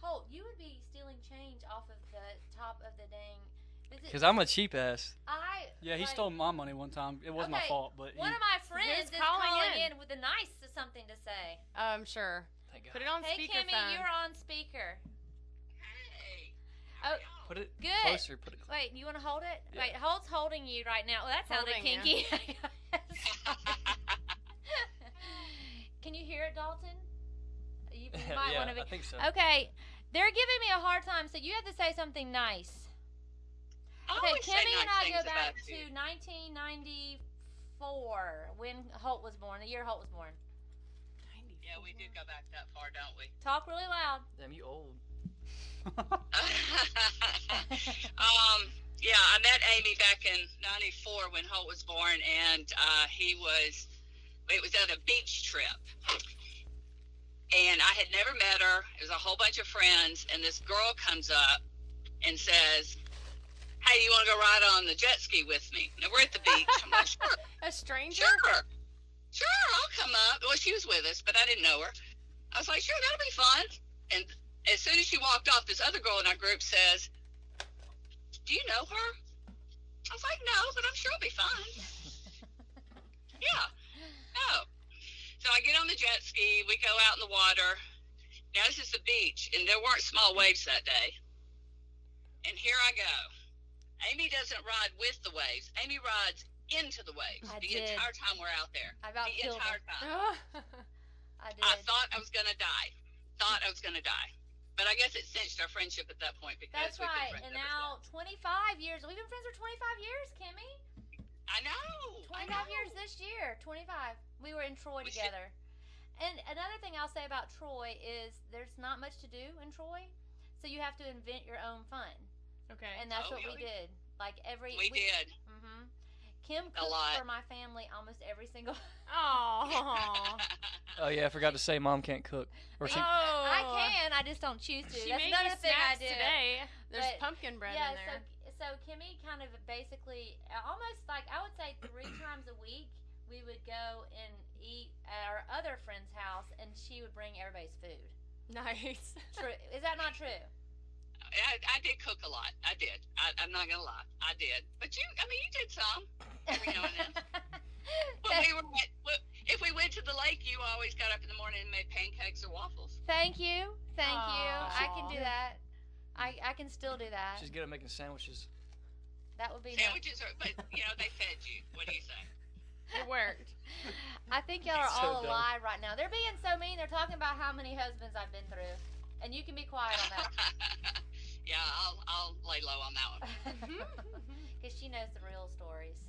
[SPEAKER 1] Holt, you would be stealing change off of the top of the dang. this is-
[SPEAKER 4] Because I'm a cheap ass.
[SPEAKER 1] I.
[SPEAKER 3] Yeah, he
[SPEAKER 1] like,
[SPEAKER 3] stole my money one time. It wasn't
[SPEAKER 1] Okay,
[SPEAKER 3] my fault, but
[SPEAKER 1] One
[SPEAKER 3] he-
[SPEAKER 1] of my friends is
[SPEAKER 2] Who's
[SPEAKER 1] calling,
[SPEAKER 2] calling
[SPEAKER 1] in.
[SPEAKER 2] in?
[SPEAKER 1] with a nice something to say.
[SPEAKER 2] Um, sure.
[SPEAKER 4] Thank
[SPEAKER 2] Put it on
[SPEAKER 1] hey, Kimmy,
[SPEAKER 2] speakerphone.
[SPEAKER 1] you're on speaker.
[SPEAKER 6] Hey.
[SPEAKER 1] Oh,
[SPEAKER 4] Put it
[SPEAKER 1] good.
[SPEAKER 4] closer. Put it closer.
[SPEAKER 1] Wait, you want to hold it?
[SPEAKER 4] Yeah.
[SPEAKER 1] Wait, Holt's holding you right now. Well, that sounded
[SPEAKER 2] Holding
[SPEAKER 1] kinky. Can you hear it, Dalton? You, you might
[SPEAKER 4] yeah,
[SPEAKER 1] want to be.
[SPEAKER 4] I think so.
[SPEAKER 1] Okay, they're giving me a hard time, so you have to say something nice.
[SPEAKER 7] I
[SPEAKER 1] Okay,
[SPEAKER 7] always say
[SPEAKER 1] Kimmy
[SPEAKER 7] nice
[SPEAKER 1] and I
[SPEAKER 7] things
[SPEAKER 1] go back
[SPEAKER 7] about
[SPEAKER 1] to
[SPEAKER 7] you.
[SPEAKER 1] 1994 when Holt was born, the year Holt was born.
[SPEAKER 7] Yeah, we do go back that far, don't we?
[SPEAKER 1] Talk really loud.
[SPEAKER 4] Damn, you old.
[SPEAKER 7] um, yeah, I met Amy back in '94 when Holt was born, and uh, he was. It was at a beach trip, and I had never met her. It was a whole bunch of friends, and this girl comes up and says, "Hey, you want to go ride on the jet ski with me?" Now we're at the beach. I'm like, "Sure."
[SPEAKER 2] A stranger?
[SPEAKER 7] Sure. Sure, I'll come up. Well, she was with us, but I didn't know her. I was like, sure, that'll be fun. And as soon as she walked off, this other girl in our group says, Do you know her? I was like, No, but I'm sure it'll be fun. yeah. Oh. So I get on the jet ski. We go out in the water. Now, this is the beach, and there weren't small waves that day. And here I go. Amy doesn't ride with the waves, Amy rides into the waves
[SPEAKER 1] I
[SPEAKER 7] the
[SPEAKER 1] did.
[SPEAKER 7] entire time we're out there.
[SPEAKER 1] I about
[SPEAKER 7] The
[SPEAKER 1] killed her.
[SPEAKER 7] entire time.
[SPEAKER 1] I did.
[SPEAKER 7] I thought I was gonna die. Thought I was gonna die. But I guess it cinched our friendship at that point because
[SPEAKER 1] That's
[SPEAKER 7] we've
[SPEAKER 1] right.
[SPEAKER 7] been
[SPEAKER 1] And
[SPEAKER 7] friends ever
[SPEAKER 1] now 25 years. We've been friends for 25 years, Kimmy.
[SPEAKER 7] since. I know. I
[SPEAKER 1] 25
[SPEAKER 7] know.
[SPEAKER 1] years this year. 25. We were in Troy
[SPEAKER 7] We should-
[SPEAKER 1] together. And another thing I'll say about Troy is there's not much to do in Troy, so you have to invent your own fun.
[SPEAKER 2] okay.
[SPEAKER 1] And that's
[SPEAKER 7] Oh,
[SPEAKER 1] what we
[SPEAKER 7] really?
[SPEAKER 1] did. Like every
[SPEAKER 7] We did.
[SPEAKER 1] hmm Kim cooked
[SPEAKER 7] lot.
[SPEAKER 1] for my family almost every single.
[SPEAKER 2] Aw.
[SPEAKER 4] Oh yeah, I forgot to say, mom can't cook. Or she,
[SPEAKER 1] Yeah.
[SPEAKER 2] Oh.
[SPEAKER 1] I can. I just don't choose to.
[SPEAKER 2] She
[SPEAKER 1] That's
[SPEAKER 2] made
[SPEAKER 1] another
[SPEAKER 2] you
[SPEAKER 1] thing I
[SPEAKER 2] snacks
[SPEAKER 1] did.
[SPEAKER 2] today. There's
[SPEAKER 1] But-
[SPEAKER 2] pumpkin bread
[SPEAKER 1] yeah,
[SPEAKER 2] in there.
[SPEAKER 1] so so Kimmy kind of basically uh, almost like I would say three times a week we would go and eat at our other friend's house, and she would bring everybody's food.
[SPEAKER 2] nice.
[SPEAKER 1] True, is that not true?
[SPEAKER 7] I, I did cook a lot. I did. I, I'm not gonna lie. I did. But you, I mean, you did some. Every now and When we were, at- well, if we went to the lake, you always got up in the morning and made pancakes or waffles.
[SPEAKER 1] thank you, thank you. I can
[SPEAKER 2] Aw.
[SPEAKER 1] do that. I, I can still do that.
[SPEAKER 4] she's good at making sandwiches.
[SPEAKER 1] That would be. nice.
[SPEAKER 7] Sandwiches, are, but you know they fed you. What do you say?
[SPEAKER 2] It worked.
[SPEAKER 1] I think y'all are
[SPEAKER 4] So
[SPEAKER 1] all
[SPEAKER 4] dumb.
[SPEAKER 1] alive right now. They're being so mean. They're talking about how many husbands I've been through, and you can be quiet on that
[SPEAKER 7] yeah, I'll I'll lay low on that one.
[SPEAKER 2] Mm-hmm.
[SPEAKER 1] because she knows the real stories.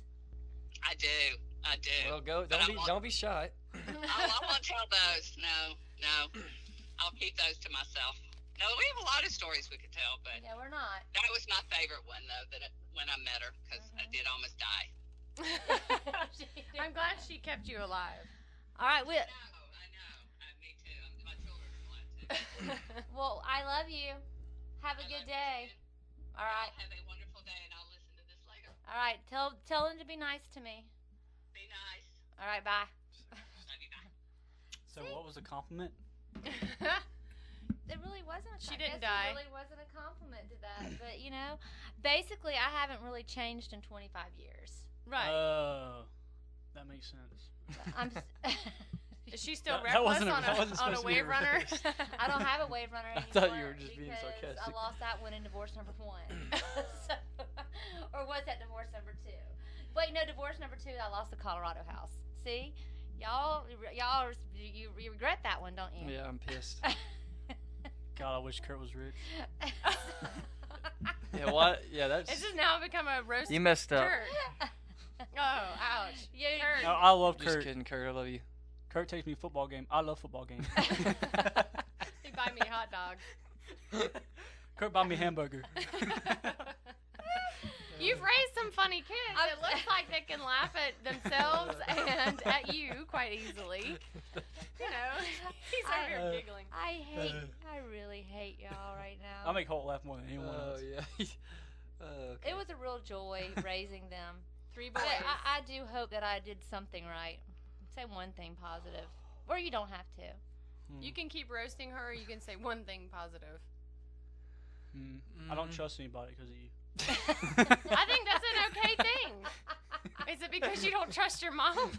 [SPEAKER 7] I do. I do.
[SPEAKER 4] Well, go.
[SPEAKER 7] But
[SPEAKER 4] Don't
[SPEAKER 7] I
[SPEAKER 4] be.
[SPEAKER 7] want-
[SPEAKER 4] Don't be shy.
[SPEAKER 7] Oh, I won't tell those. No, no. I'll keep those to myself. No, we have a lot of stories we could tell, but
[SPEAKER 1] yeah, we're not.
[SPEAKER 7] that was my favorite one though. That I, when I met her, because I
[SPEAKER 1] Mhm.
[SPEAKER 7] did almost die.
[SPEAKER 2] I'm glad she kept you alive.
[SPEAKER 1] All right, we,
[SPEAKER 7] No, I know. I, me too. I'm, my children are glad too.
[SPEAKER 1] well, I love you. Have a
[SPEAKER 7] I
[SPEAKER 1] good
[SPEAKER 7] love you
[SPEAKER 1] day.
[SPEAKER 7] too.
[SPEAKER 1] All right,
[SPEAKER 7] Y'all Have a wonderful day, and I'll listen to this later.
[SPEAKER 1] all right. Tell tell him to be nice to me.
[SPEAKER 7] Be nice.
[SPEAKER 1] All right, bye.
[SPEAKER 7] Love you. Bye.
[SPEAKER 3] so
[SPEAKER 1] See?
[SPEAKER 3] what was the compliment?
[SPEAKER 1] It really wasn't. A
[SPEAKER 2] She
[SPEAKER 1] com-
[SPEAKER 2] didn't
[SPEAKER 1] guess
[SPEAKER 2] die.
[SPEAKER 1] It really wasn't a compliment to that, but you know, basically, I haven't really changed in 25 years.
[SPEAKER 2] right.
[SPEAKER 3] Oh, that makes sense.
[SPEAKER 1] I'm. s-
[SPEAKER 2] Is she still
[SPEAKER 3] That- that
[SPEAKER 2] reckless
[SPEAKER 3] wasn't a-
[SPEAKER 2] on
[SPEAKER 3] that wasn't
[SPEAKER 2] a, on a
[SPEAKER 3] supposed to be a
[SPEAKER 2] wave runner?
[SPEAKER 3] roast.
[SPEAKER 1] I don't have a wave runner
[SPEAKER 4] I
[SPEAKER 1] anymore.
[SPEAKER 4] thought you were just being
[SPEAKER 1] because I
[SPEAKER 4] sarcastic.
[SPEAKER 1] lost that one in divorce number one. so, or was that divorce number two? Wait, no, divorce number two. I lost the Colorado house. See, y'all, y'all, are- you, you regret that one, don't you?
[SPEAKER 4] Yeah, I'm pissed.
[SPEAKER 3] God, I wish Kurt was rich.
[SPEAKER 4] Yeah, what? Yeah,
[SPEAKER 2] It's
[SPEAKER 4] that's.
[SPEAKER 2] just now become a roast.
[SPEAKER 4] You messed up.
[SPEAKER 2] jerk. Oh, ouch.
[SPEAKER 1] You,
[SPEAKER 2] Kurt.
[SPEAKER 3] No, I love
[SPEAKER 4] Just
[SPEAKER 3] Kurt.
[SPEAKER 4] kidding, Kurt. I love you.
[SPEAKER 3] Kurt takes me to football game. I love football games.
[SPEAKER 2] He buy me hot dogs.
[SPEAKER 3] Kurt buy me hamburger.
[SPEAKER 2] You've raised some funny kids.
[SPEAKER 1] I'm-
[SPEAKER 2] It looks like they can laugh at themselves and at you quite easily. You know, he's over here
[SPEAKER 3] Uh,
[SPEAKER 2] giggling.
[SPEAKER 1] I hate. I really hate y'all right now.
[SPEAKER 3] I make Holt laugh more than anyone
[SPEAKER 4] Oh
[SPEAKER 3] else.
[SPEAKER 4] yeah. Oh, okay.
[SPEAKER 1] it was a real joy raising them.
[SPEAKER 2] Three boys.
[SPEAKER 1] But I, I do hope that I did something right. Say one thing positive, or you don't have to.
[SPEAKER 2] you can keep roasting her, or you can say one thing positive.
[SPEAKER 3] Mm. I don't
[SPEAKER 4] Mhm.
[SPEAKER 3] trust anybody because of you.
[SPEAKER 2] I think that's an okay thing. Is it because you don't trust your mom?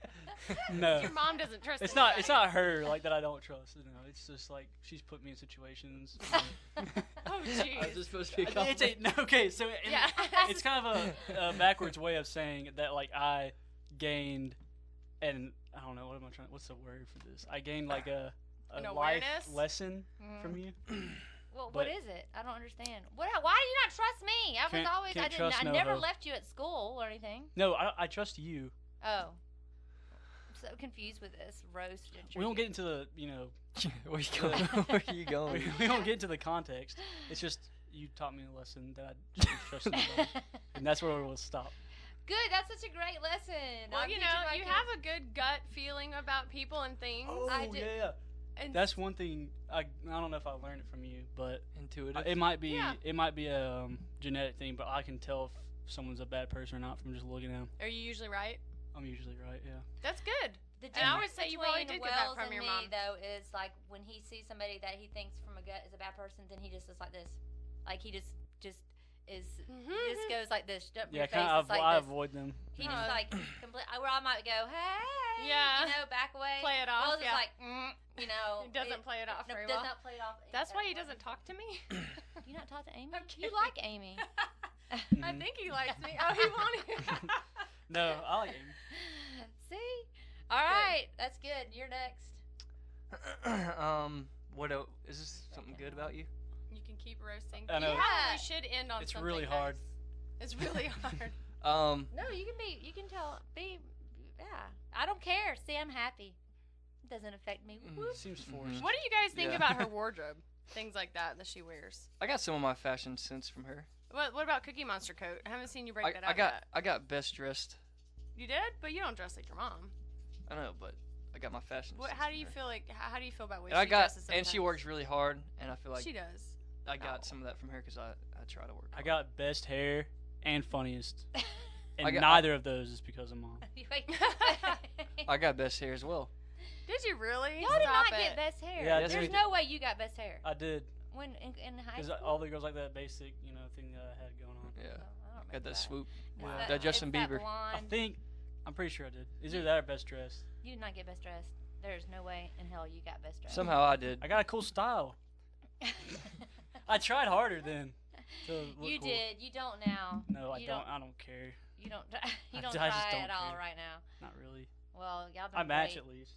[SPEAKER 3] no,
[SPEAKER 2] your mom doesn't trust.
[SPEAKER 3] it's not. It's
[SPEAKER 2] anybody.
[SPEAKER 3] not her like that. I don't trust. You know, it's just like she's put me in situations.
[SPEAKER 2] Oh
[SPEAKER 4] I was
[SPEAKER 2] jeez.
[SPEAKER 4] just supposed to be a
[SPEAKER 3] Uh, it's a no, okay. So in-
[SPEAKER 2] Yeah.
[SPEAKER 3] it's kind of a, a backwards way of saying that like I gained, and I don't know what am I trying. What's the word for this? I gained like a, a
[SPEAKER 2] An
[SPEAKER 3] life
[SPEAKER 2] awareness? Mm-hmm.
[SPEAKER 3] lesson
[SPEAKER 1] Mm.
[SPEAKER 3] from you.
[SPEAKER 1] Well, what
[SPEAKER 3] But-
[SPEAKER 1] is it? I don't understand. What? Why do you not trust me? I was
[SPEAKER 3] Can't-
[SPEAKER 1] always. I
[SPEAKER 3] can't
[SPEAKER 1] didn't.
[SPEAKER 3] trust
[SPEAKER 1] I
[SPEAKER 3] no
[SPEAKER 1] never
[SPEAKER 3] hoe.
[SPEAKER 1] left you at school or anything.
[SPEAKER 3] No, I, I trust you.
[SPEAKER 1] Oh, I'm so confused with this roast.
[SPEAKER 3] We don't get into the you know
[SPEAKER 4] Where you going? Where you
[SPEAKER 3] we,
[SPEAKER 4] going?
[SPEAKER 3] we don't get into the context. It's just you taught me a lesson that I shouldn't trust anybody, and that's where we'll stop.
[SPEAKER 1] Good. That's such a great lesson.
[SPEAKER 2] Well,
[SPEAKER 1] I'm
[SPEAKER 2] you
[SPEAKER 1] teaching
[SPEAKER 2] know,
[SPEAKER 1] my
[SPEAKER 2] you
[SPEAKER 1] kids-
[SPEAKER 2] have a good gut feeling about people and things.
[SPEAKER 4] Oh,
[SPEAKER 1] I did-
[SPEAKER 3] Oh, yeah,
[SPEAKER 2] and
[SPEAKER 3] that's one thing. I I don't know if I learned it from you, but
[SPEAKER 4] Intuitive.
[SPEAKER 3] Uh, It might be
[SPEAKER 2] Yeah.
[SPEAKER 3] it might be a um, genetic thing, but I can tell if someone's a bad person or not from just looking at them.
[SPEAKER 2] are you usually right?
[SPEAKER 3] I'm usually right. Yeah.
[SPEAKER 2] That's good.
[SPEAKER 1] The
[SPEAKER 2] And I
[SPEAKER 1] difference
[SPEAKER 2] would say you
[SPEAKER 1] between
[SPEAKER 2] probably did get that
[SPEAKER 1] Wells
[SPEAKER 2] from
[SPEAKER 1] and
[SPEAKER 2] your
[SPEAKER 1] me,
[SPEAKER 2] mom.
[SPEAKER 1] though, is like when he sees somebody that he thinks from a gut is a bad person, then he just is like this, like he just just is
[SPEAKER 2] Mm-hmm.
[SPEAKER 1] just goes like this. Up in
[SPEAKER 3] Mm-hmm. Yeah.
[SPEAKER 1] your
[SPEAKER 3] Kind
[SPEAKER 1] face,
[SPEAKER 3] of.
[SPEAKER 1] it's like
[SPEAKER 3] I
[SPEAKER 1] this.
[SPEAKER 3] avoid them.
[SPEAKER 1] He
[SPEAKER 3] Yeah.
[SPEAKER 1] just like complete. Where I might go, hey,
[SPEAKER 2] Yeah.
[SPEAKER 1] you know, back away.
[SPEAKER 2] Play it off.
[SPEAKER 1] Wells
[SPEAKER 2] yeah.
[SPEAKER 1] is like, mm, you know,
[SPEAKER 2] He doesn't play it off
[SPEAKER 1] no,
[SPEAKER 2] very
[SPEAKER 1] does
[SPEAKER 2] well.
[SPEAKER 1] not play it off.
[SPEAKER 2] That's
[SPEAKER 1] at
[SPEAKER 2] why he
[SPEAKER 1] all.
[SPEAKER 2] doesn't talk to me.
[SPEAKER 1] Do you not talk to Amy?
[SPEAKER 2] I'm
[SPEAKER 1] You
[SPEAKER 2] kidding.
[SPEAKER 1] like Amy.
[SPEAKER 2] I
[SPEAKER 3] Mhm.
[SPEAKER 2] think he likes me. Oh, he won't.
[SPEAKER 3] No, I like him.
[SPEAKER 1] See, all right, that's good. You're next.
[SPEAKER 4] um, what el- is this? Something good about you?
[SPEAKER 2] you can keep roasting.
[SPEAKER 3] I know.
[SPEAKER 2] You
[SPEAKER 1] Yeah.
[SPEAKER 2] probably should end on
[SPEAKER 3] It's
[SPEAKER 2] something
[SPEAKER 3] really hard.
[SPEAKER 2] nice. It's really hard.
[SPEAKER 4] Um,
[SPEAKER 1] No, you can be. You can tell. Be. Yeah, I don't care. See, I'm happy. It doesn't affect me.
[SPEAKER 4] Mm.
[SPEAKER 1] Whoop.
[SPEAKER 3] Seems
[SPEAKER 4] Mhm.
[SPEAKER 3] forced.
[SPEAKER 2] what do you guys think
[SPEAKER 4] Yeah.
[SPEAKER 2] about her wardrobe? Things like that that she wears.
[SPEAKER 4] I got some of my fashion sense from her.
[SPEAKER 2] What What about Cookie Monster coat? I haven't seen you break
[SPEAKER 4] I,
[SPEAKER 2] that out
[SPEAKER 4] I got
[SPEAKER 2] yet.
[SPEAKER 4] I got best dressed.
[SPEAKER 2] You did, but you don't dress like your mom.
[SPEAKER 4] I know, but I got my fashion.
[SPEAKER 2] What?
[SPEAKER 4] sense
[SPEAKER 2] How
[SPEAKER 4] from
[SPEAKER 2] do you
[SPEAKER 4] her.
[SPEAKER 2] feel like? How, how do you feel about what
[SPEAKER 4] And I
[SPEAKER 2] she
[SPEAKER 4] got,
[SPEAKER 2] dresses?
[SPEAKER 4] and she
[SPEAKER 2] sometimes?
[SPEAKER 4] works really hard, and I feel like
[SPEAKER 2] she does.
[SPEAKER 4] I got some of that from her because I, I try to work.
[SPEAKER 3] I
[SPEAKER 4] hard.
[SPEAKER 3] got best hair and funniest, and
[SPEAKER 4] I got-
[SPEAKER 3] neither of those is because of mom.
[SPEAKER 1] Wait.
[SPEAKER 4] I got best hair as well.
[SPEAKER 2] Did you really?
[SPEAKER 1] Y'all did
[SPEAKER 2] Stop
[SPEAKER 1] not get
[SPEAKER 2] it.
[SPEAKER 1] best hair.
[SPEAKER 3] Yeah, I
[SPEAKER 1] There's
[SPEAKER 4] did.
[SPEAKER 1] no way you got best hair
[SPEAKER 3] I did
[SPEAKER 1] when in, in high
[SPEAKER 3] because
[SPEAKER 1] school.
[SPEAKER 3] all the girls like that basic you know thing that I had going on.
[SPEAKER 1] Oh, I
[SPEAKER 4] Yeah,
[SPEAKER 1] don't
[SPEAKER 4] got
[SPEAKER 1] remember
[SPEAKER 4] that swoop.
[SPEAKER 1] It's
[SPEAKER 3] Wow.
[SPEAKER 1] that-
[SPEAKER 4] That Justin
[SPEAKER 1] it's that
[SPEAKER 4] Bieber.
[SPEAKER 3] I
[SPEAKER 1] blonde-
[SPEAKER 3] think I'm pretty sure I did. Either that or best dressed.
[SPEAKER 1] You did not get best dressed. There's no way in hell you got best dressed.
[SPEAKER 4] Somehow I did.
[SPEAKER 3] I got a cool style. I tried harder then. To look
[SPEAKER 1] you
[SPEAKER 3] cool.
[SPEAKER 1] did. You don't now.
[SPEAKER 3] No, I
[SPEAKER 1] You
[SPEAKER 3] don't,
[SPEAKER 1] don't-
[SPEAKER 3] I don't care.
[SPEAKER 1] You don't. You
[SPEAKER 3] I
[SPEAKER 1] don't
[SPEAKER 3] d-
[SPEAKER 1] try
[SPEAKER 3] I just don't
[SPEAKER 1] at all
[SPEAKER 3] care.
[SPEAKER 1] right now.
[SPEAKER 3] Not really.
[SPEAKER 1] Well, y'all been
[SPEAKER 3] I match
[SPEAKER 1] great.
[SPEAKER 3] at least.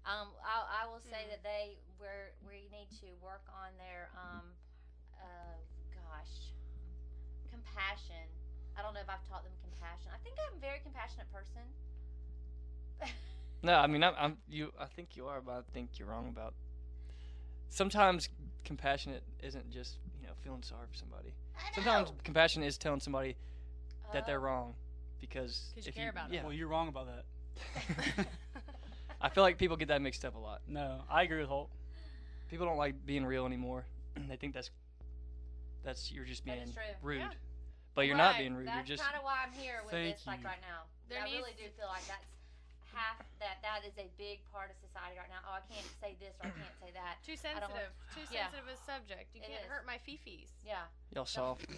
[SPEAKER 1] Um, I, I will say
[SPEAKER 2] Mm.
[SPEAKER 1] that they where we need to work on their um, uh, gosh, compassion. I don't know if I've taught them compassion. I think I'm a very compassionate person.
[SPEAKER 4] No, I mean I'm, I'm you. I think you are, but I think you're wrong about. Sometimes compassionate isn't just you know feeling sorry for somebody.
[SPEAKER 1] I
[SPEAKER 4] Sometimes
[SPEAKER 1] know.
[SPEAKER 4] compassion is telling somebody that they're
[SPEAKER 1] Oh.
[SPEAKER 4] wrong, because
[SPEAKER 2] Uh-huh. 'Cause you
[SPEAKER 4] if
[SPEAKER 2] care about 'em.
[SPEAKER 4] yeah,
[SPEAKER 3] Well, you're wrong about that.
[SPEAKER 4] I feel like people get that mixed up a lot.
[SPEAKER 3] No, I agree with Holt.
[SPEAKER 4] People don't like being real anymore. they think that's that's you're just
[SPEAKER 1] That
[SPEAKER 4] being
[SPEAKER 1] is true.
[SPEAKER 4] rude,
[SPEAKER 2] Yeah.
[SPEAKER 4] but you're not
[SPEAKER 2] Right,
[SPEAKER 4] being rude.
[SPEAKER 1] That's
[SPEAKER 4] you're just
[SPEAKER 1] kind of why I'm here with
[SPEAKER 3] Thank
[SPEAKER 1] this, like
[SPEAKER 3] you.
[SPEAKER 1] right now.
[SPEAKER 2] There
[SPEAKER 1] I really do
[SPEAKER 2] needs-
[SPEAKER 1] feel like that's half that. That is a big part of society right now. Oh, I can't say this or I can't say that.
[SPEAKER 2] Too
[SPEAKER 1] I don't want-
[SPEAKER 2] sensitive. Too
[SPEAKER 1] Yeah.
[SPEAKER 2] sensitive a subject. You
[SPEAKER 1] It
[SPEAKER 2] can't
[SPEAKER 1] is.
[SPEAKER 2] hurt my fifis.
[SPEAKER 1] Yeah,
[SPEAKER 4] y'all soft.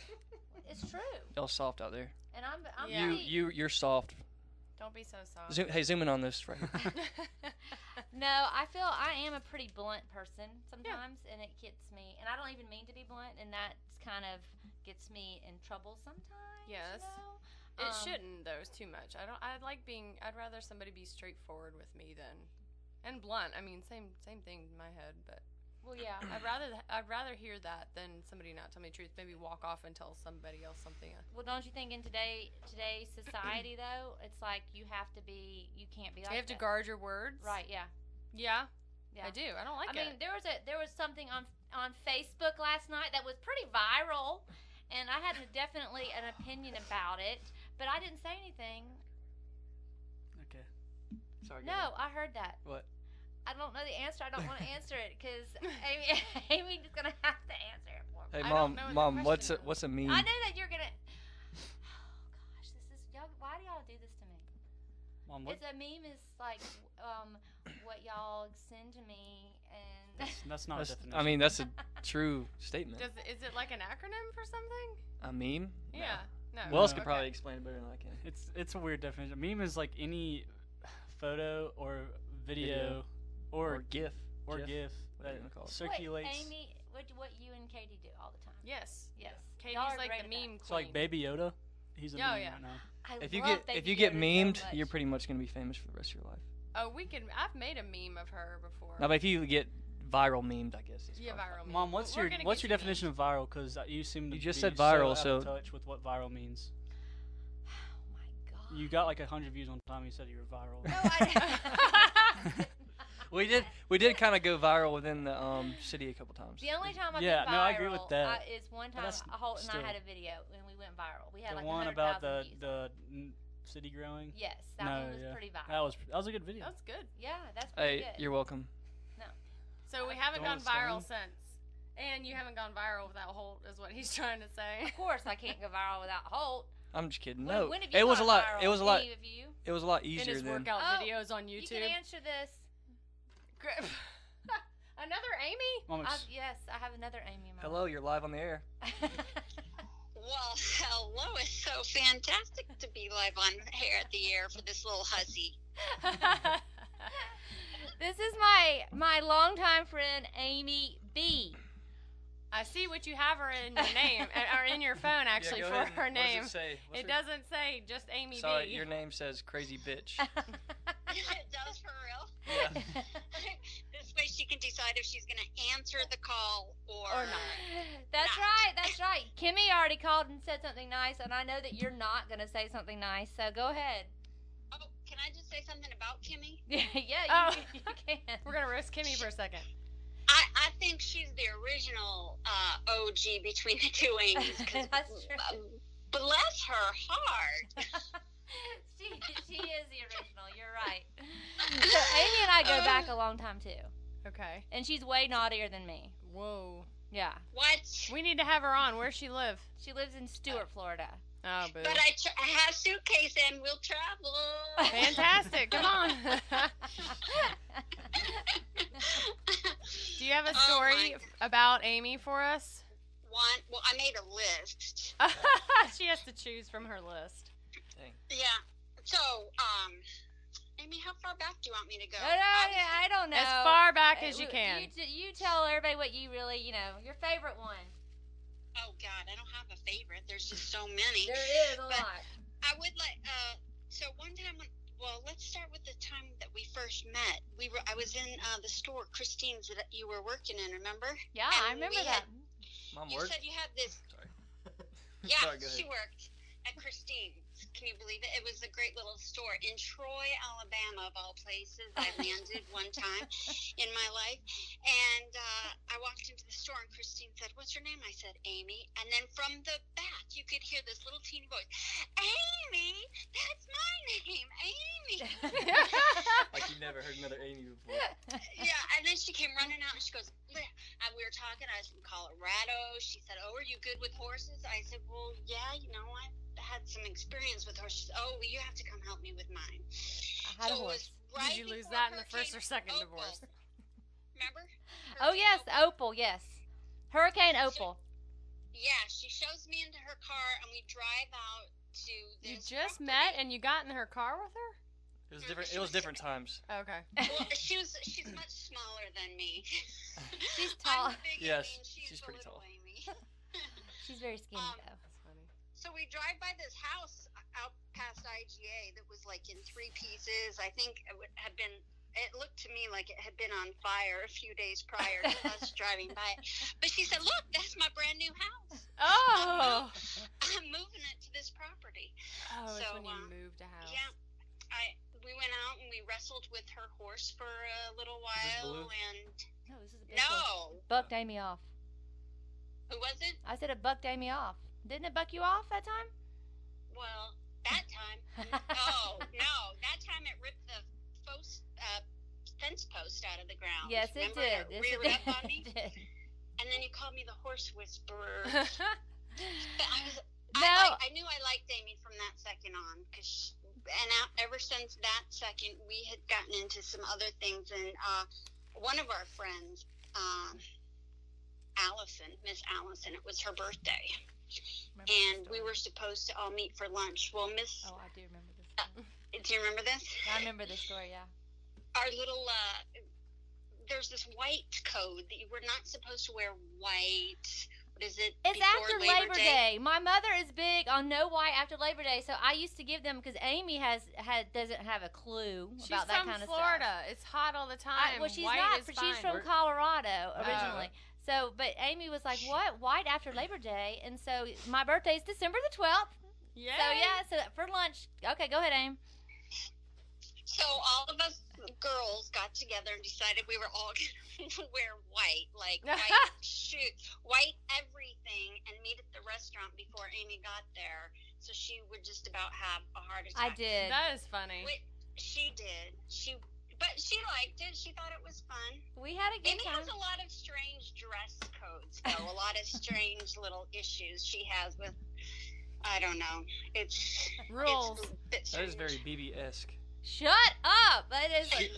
[SPEAKER 1] it's true.
[SPEAKER 4] Y'all soft out there.
[SPEAKER 1] And I'm, I'm
[SPEAKER 2] Yeah.
[SPEAKER 4] You
[SPEAKER 1] pretty-
[SPEAKER 4] you you're soft.
[SPEAKER 2] Don't be so soft.
[SPEAKER 4] Zoom, hey, zoom in on this right here.
[SPEAKER 1] No, I feel I am a pretty blunt person sometimes, and it gets me. And I don't even mean to be blunt, and that kind of gets me in trouble sometimes. you
[SPEAKER 2] Yes.
[SPEAKER 1] know?
[SPEAKER 2] It
[SPEAKER 1] Um,
[SPEAKER 2] shouldn't though. It's too much. I don't. I like being. I'd rather somebody be straightforward with me than, and blunt. I mean, same same thing in my head. But
[SPEAKER 1] Well, yeah.
[SPEAKER 2] I'd rather th- I'd rather hear that than somebody not tell me the truth. Maybe walk off and tell somebody else something. uh,
[SPEAKER 1] Well, don't you think in today today's society though, it's like you have to be, you can't be like
[SPEAKER 2] you have to
[SPEAKER 1] that.
[SPEAKER 2] guard your words.
[SPEAKER 1] Right. Yeah.
[SPEAKER 2] Yeah.
[SPEAKER 1] Yeah.
[SPEAKER 2] I do. I don't like
[SPEAKER 1] I mean,
[SPEAKER 2] it.
[SPEAKER 1] there was a there was something on on Facebook last night that was pretty viral, and I had definitely an opinion about it, but I didn't say anything.
[SPEAKER 3] Okay.
[SPEAKER 4] Sorry.
[SPEAKER 1] No, I heard that.
[SPEAKER 4] What?
[SPEAKER 1] I don't know the answer. I don't want to answer it because Amy, Amy's gonna have to answer it for me.
[SPEAKER 4] Hey,
[SPEAKER 2] I don't
[SPEAKER 4] mom,
[SPEAKER 2] know what your
[SPEAKER 4] mom, what's a,
[SPEAKER 2] question is.
[SPEAKER 4] what's a meme?
[SPEAKER 1] I know that you're gonna. Oh gosh, this is y'all. Why
[SPEAKER 3] On what?
[SPEAKER 1] It's a meme is like um what y'all send to me and
[SPEAKER 3] That's, that's not
[SPEAKER 4] That's-
[SPEAKER 3] a definition.
[SPEAKER 4] I mean, that's a true statement.
[SPEAKER 2] Does is it like an acronym for something?
[SPEAKER 4] a meme? No.
[SPEAKER 2] Yeah. No.
[SPEAKER 4] Wells
[SPEAKER 3] No.
[SPEAKER 4] could
[SPEAKER 2] Okay.
[SPEAKER 4] probably explain it better than I can.
[SPEAKER 3] it's it's a weird definition. Meme is like any photo or video,
[SPEAKER 4] Video.
[SPEAKER 3] or
[SPEAKER 4] GIF.
[SPEAKER 3] or
[SPEAKER 4] GIF.
[SPEAKER 3] GIF,
[SPEAKER 4] whatever
[SPEAKER 3] that
[SPEAKER 4] you wanna call it.
[SPEAKER 3] circulates.
[SPEAKER 1] What Amy, what what you and Katie do all the time?
[SPEAKER 2] Yes.
[SPEAKER 1] Yes.
[SPEAKER 2] Katie's
[SPEAKER 1] Y'all are
[SPEAKER 2] like
[SPEAKER 1] great
[SPEAKER 2] the
[SPEAKER 1] at that.
[SPEAKER 2] meme queen.
[SPEAKER 3] so like Baby Yoda, he's a
[SPEAKER 2] Yeah,
[SPEAKER 3] meme
[SPEAKER 2] yeah.
[SPEAKER 3] right now.
[SPEAKER 1] I
[SPEAKER 4] If you
[SPEAKER 1] love
[SPEAKER 4] get
[SPEAKER 1] Baby
[SPEAKER 4] if you get
[SPEAKER 1] Yoda so
[SPEAKER 4] memed,
[SPEAKER 1] much.
[SPEAKER 4] you're pretty much gonna be famous for the rest of your life.
[SPEAKER 2] Oh, we can. I've made a meme of her before.
[SPEAKER 4] Now, but if you get viral memed, I guess. It's
[SPEAKER 2] yeah,
[SPEAKER 4] probably-
[SPEAKER 2] viral. Meme.
[SPEAKER 3] Mom, what's
[SPEAKER 2] We're
[SPEAKER 3] your
[SPEAKER 2] gonna
[SPEAKER 3] what's your
[SPEAKER 2] get you
[SPEAKER 3] definition of viral? Because you seem to
[SPEAKER 4] You just
[SPEAKER 3] be
[SPEAKER 4] said viral,
[SPEAKER 3] so, out
[SPEAKER 4] so-
[SPEAKER 3] of touch with what viral means.
[SPEAKER 1] Oh my god.
[SPEAKER 3] You got like hundred views on time. You said you were viral.
[SPEAKER 1] No, I didn't.
[SPEAKER 4] We did we did kind of go viral within the um, city a couple times.
[SPEAKER 1] The only time I've
[SPEAKER 3] Yeah,
[SPEAKER 1] been vired
[SPEAKER 3] no, I agree with that.
[SPEAKER 1] uh, is one
[SPEAKER 3] But
[SPEAKER 1] time
[SPEAKER 3] that's
[SPEAKER 1] Holt and
[SPEAKER 3] still-
[SPEAKER 1] I had a video and we went viral. We had
[SPEAKER 3] the
[SPEAKER 1] like
[SPEAKER 3] one about the
[SPEAKER 1] 100,000 views.
[SPEAKER 3] the n- city growing.
[SPEAKER 1] yes, that
[SPEAKER 3] No,
[SPEAKER 1] one was
[SPEAKER 3] yeah.
[SPEAKER 1] pretty viral.
[SPEAKER 3] That was that was a good video.
[SPEAKER 2] That's good.
[SPEAKER 1] yeah, that's pretty
[SPEAKER 4] Hey,
[SPEAKER 1] good.
[SPEAKER 4] you're welcome.
[SPEAKER 2] So we haven't gone
[SPEAKER 3] Don't
[SPEAKER 2] viral since, and you haven't gone viral without Holt, is what he's trying to say.
[SPEAKER 1] Of course, I can't go viral without Holt.
[SPEAKER 4] I'm just kidding.
[SPEAKER 1] When-
[SPEAKER 4] No,
[SPEAKER 1] when have you
[SPEAKER 4] it was a
[SPEAKER 1] gone
[SPEAKER 4] lot.
[SPEAKER 1] viral?
[SPEAKER 4] It was a lot.
[SPEAKER 1] Any of you?
[SPEAKER 4] It was a lot
[SPEAKER 2] In
[SPEAKER 4] easier
[SPEAKER 2] his
[SPEAKER 4] then.
[SPEAKER 2] workout
[SPEAKER 1] Oh,
[SPEAKER 2] videos on
[SPEAKER 1] You can
[SPEAKER 2] YouTube.
[SPEAKER 1] answer this.
[SPEAKER 2] Gr- Another Amy?
[SPEAKER 3] Mom,
[SPEAKER 1] I,
[SPEAKER 3] it's-
[SPEAKER 1] yes, I have another Amy. In my
[SPEAKER 4] Hello, you're live on the air.
[SPEAKER 7] Well, hello. It's so fantastic to be live on Hair at the Air for this little hussy.
[SPEAKER 1] this is my my longtime friend Amy B.
[SPEAKER 2] I see what you have her in your name uh, or in your phone actually
[SPEAKER 4] Yeah,
[SPEAKER 2] for
[SPEAKER 4] go ahead and-
[SPEAKER 2] her name.
[SPEAKER 4] What does it say? What's
[SPEAKER 2] It
[SPEAKER 4] her-
[SPEAKER 2] doesn't say just Amy
[SPEAKER 4] Sorry,
[SPEAKER 2] B.
[SPEAKER 4] your name says crazy bitch.
[SPEAKER 7] it does for real.
[SPEAKER 4] Yeah.
[SPEAKER 7] this way she can decide if she's going to answer the call or,
[SPEAKER 2] Or not.
[SPEAKER 1] That's
[SPEAKER 7] Not.
[SPEAKER 1] right. That's right. Kimmy already called and said something nice, and I know that you're not gonna say something nice. So go ahead.
[SPEAKER 7] Oh, can I just say something about Kimmy?
[SPEAKER 1] yeah, you,
[SPEAKER 2] Oh.
[SPEAKER 1] you can.
[SPEAKER 2] We're gonna roast Kimmy for a second.
[SPEAKER 7] I, I think she's the original uh, OG between the two Amy's. 'cause,
[SPEAKER 1] That's true.
[SPEAKER 7] um, Bless her heart.
[SPEAKER 1] she she is the original. You're right. So Amy and I
[SPEAKER 2] Um,
[SPEAKER 1] go back a long time too,
[SPEAKER 2] Okay.
[SPEAKER 1] and she's way naughtier than me.
[SPEAKER 2] Whoa.
[SPEAKER 1] Yeah,
[SPEAKER 7] What?
[SPEAKER 2] We need to have her on. Where she live?
[SPEAKER 1] she lives in Stewart, Florida.
[SPEAKER 2] Oh, boo.
[SPEAKER 7] But I, tr I have suitcase and we'll travel.
[SPEAKER 2] Fantastic. Come on. Do you have a
[SPEAKER 7] Oh my
[SPEAKER 2] story
[SPEAKER 7] God.
[SPEAKER 2] about Amy for us?
[SPEAKER 7] One, well, I made a list.
[SPEAKER 2] she has to choose from her list.
[SPEAKER 4] Dang.
[SPEAKER 7] Yeah. So, um, Amy, how far back do you want me to go?
[SPEAKER 1] no, no, I don't know.
[SPEAKER 2] As far back
[SPEAKER 1] Uh,
[SPEAKER 2] as you
[SPEAKER 1] w-
[SPEAKER 2] can.
[SPEAKER 1] You, t- you tell everybody what you really, you know, your favorite one.
[SPEAKER 7] Oh God, I don't have a favorite. There's just so many.
[SPEAKER 1] There is a
[SPEAKER 7] But-
[SPEAKER 1] lot.
[SPEAKER 7] I would like. Uh, so one time when. Well, let's start with the time that we first met. We were. I was in uh, the store, Christine's, that you were working in. Remember?
[SPEAKER 1] Yeah,
[SPEAKER 7] and
[SPEAKER 1] I remember
[SPEAKER 7] we
[SPEAKER 1] that.
[SPEAKER 7] had-
[SPEAKER 4] Mom
[SPEAKER 7] you
[SPEAKER 4] worked.
[SPEAKER 7] said you had this.
[SPEAKER 4] Sorry.
[SPEAKER 7] Yeah,
[SPEAKER 4] Sorry, go
[SPEAKER 7] she
[SPEAKER 4] ahead.
[SPEAKER 7] worked at Christine's. Can you believe it? It was a great little store in Troy, Alabama, of all places. I landed one time in my life, and uh, I walked into the store, and Christine said, "What's your name?" I said, "Amy." And then from the back, you could hear this little teeny voice, "Amy, that's my name, Amy."
[SPEAKER 4] Like you've never heard another Amy before.
[SPEAKER 7] yeah, and then she came running out and she goes, "Bleh." and we were talking. I was from Colorado. She said, "Oh, are you good with horses?" I said, "Well, yeah, you know, I had some experience with horses." Oh, well, you have to come help me with mine.
[SPEAKER 1] I had a
[SPEAKER 7] so
[SPEAKER 1] horse.
[SPEAKER 7] It was
[SPEAKER 2] Did
[SPEAKER 7] right
[SPEAKER 2] you lose
[SPEAKER 7] before
[SPEAKER 2] that in the first
[SPEAKER 7] Hurricane
[SPEAKER 2] or second
[SPEAKER 7] Opal.
[SPEAKER 2] divorce?
[SPEAKER 7] Remember?
[SPEAKER 1] Oh
[SPEAKER 7] Hurricane
[SPEAKER 1] yes,
[SPEAKER 7] Opal.
[SPEAKER 1] Opal. Yes, Hurricane
[SPEAKER 7] So-
[SPEAKER 1] Opal.
[SPEAKER 7] Yeah, she shows me into her car, and we drive out to this.
[SPEAKER 2] You just
[SPEAKER 7] property.
[SPEAKER 2] met and you got in her car with her?
[SPEAKER 4] It was different. It was different times.
[SPEAKER 2] Okay.
[SPEAKER 7] Well, she was. She's much smaller than me.
[SPEAKER 1] She's tall.
[SPEAKER 7] I'm the big
[SPEAKER 4] Yes,
[SPEAKER 7] Amy, and she's,
[SPEAKER 4] she's
[SPEAKER 7] the
[SPEAKER 4] pretty tall.
[SPEAKER 7] little Amy.
[SPEAKER 1] She's very skinny
[SPEAKER 7] Um,
[SPEAKER 1] though.
[SPEAKER 2] That's funny.
[SPEAKER 7] So we drive by this house out past IGA that was like in three pieces. I think it would- had been. It looked to me like it had been on fire a few days prior to us driving by it. But she said, "Look, that's my brand new house.
[SPEAKER 2] Oh.
[SPEAKER 7] I'm moving it to this property."
[SPEAKER 2] Oh, it's
[SPEAKER 7] So,
[SPEAKER 2] when
[SPEAKER 7] uh,
[SPEAKER 2] you moved a house.
[SPEAKER 7] Yeah, I. We went out and we wrestled with her horse for a little while,
[SPEAKER 4] blue?
[SPEAKER 7] and
[SPEAKER 1] No, this is a big one.
[SPEAKER 7] no,
[SPEAKER 1] Bucked Amy off.
[SPEAKER 7] who was it?
[SPEAKER 1] I said it bucked Amy off. Didn't it buck you off that time?
[SPEAKER 7] Well, that time. Oh no, that time it ripped the post, uh, fence post out of the ground.
[SPEAKER 1] yes, it
[SPEAKER 7] Remember
[SPEAKER 1] did. Yes,
[SPEAKER 7] It reared
[SPEAKER 1] it
[SPEAKER 7] up on me,
[SPEAKER 1] did. It did.
[SPEAKER 7] and then you called me the horse whisperer.
[SPEAKER 2] yeah.
[SPEAKER 7] But I was,
[SPEAKER 1] No,
[SPEAKER 7] I, like, I knew I liked Amy from that second on because and out, ever since that second, we had gotten into some other things. And uh, one of our friends, um, Allison, Miss Allison, it was her birthday,
[SPEAKER 2] Remember this
[SPEAKER 7] and we
[SPEAKER 2] story.
[SPEAKER 7] were supposed to all meet for lunch. Well, Miss,
[SPEAKER 1] Oh, I do remember this.
[SPEAKER 7] Uh,
[SPEAKER 1] Story.
[SPEAKER 7] do you remember this?
[SPEAKER 1] I remember this story. Yeah.
[SPEAKER 7] our little uh, there's this white code that you were not supposed to wear white. What is it?
[SPEAKER 1] It's after
[SPEAKER 7] before
[SPEAKER 1] Labor Day. My mother is big on no white after Labor Day, so I used to give them because Amy has had doesn't have a clue
[SPEAKER 2] She's
[SPEAKER 1] about that
[SPEAKER 2] from
[SPEAKER 1] kind of
[SPEAKER 2] Florida.
[SPEAKER 1] stuff.
[SPEAKER 2] It's hot all the time.
[SPEAKER 1] I, well, she's
[SPEAKER 2] White Oh.
[SPEAKER 1] not.
[SPEAKER 2] is
[SPEAKER 1] She's
[SPEAKER 2] fine.
[SPEAKER 1] from
[SPEAKER 4] We're-
[SPEAKER 1] Colorado originally. So, but Amy was like, "What white after Labor Day?" And so my birthday is December the twelfth.
[SPEAKER 2] yeah.
[SPEAKER 1] So yeah, so for lunch, okay, go ahead, Amy.
[SPEAKER 7] So all of us girls got together and decided we were all going to wear white, like white shoes, white everything, and meet at the restaurant before Amy got there, so she would just about have a heart
[SPEAKER 1] I
[SPEAKER 7] attack.
[SPEAKER 1] did.
[SPEAKER 2] That is funny.
[SPEAKER 7] Wait, She did. She, but she liked it. She thought it was fun.
[SPEAKER 1] We had a good
[SPEAKER 7] Amy
[SPEAKER 1] time.
[SPEAKER 7] has a lot of strange dress codes, though. a lot of strange little issues she has with. I don't know. It's
[SPEAKER 2] Rules.
[SPEAKER 7] It's, a bit
[SPEAKER 4] That is very
[SPEAKER 7] strange.
[SPEAKER 4] BB esque.
[SPEAKER 1] Shut up! It is. Like,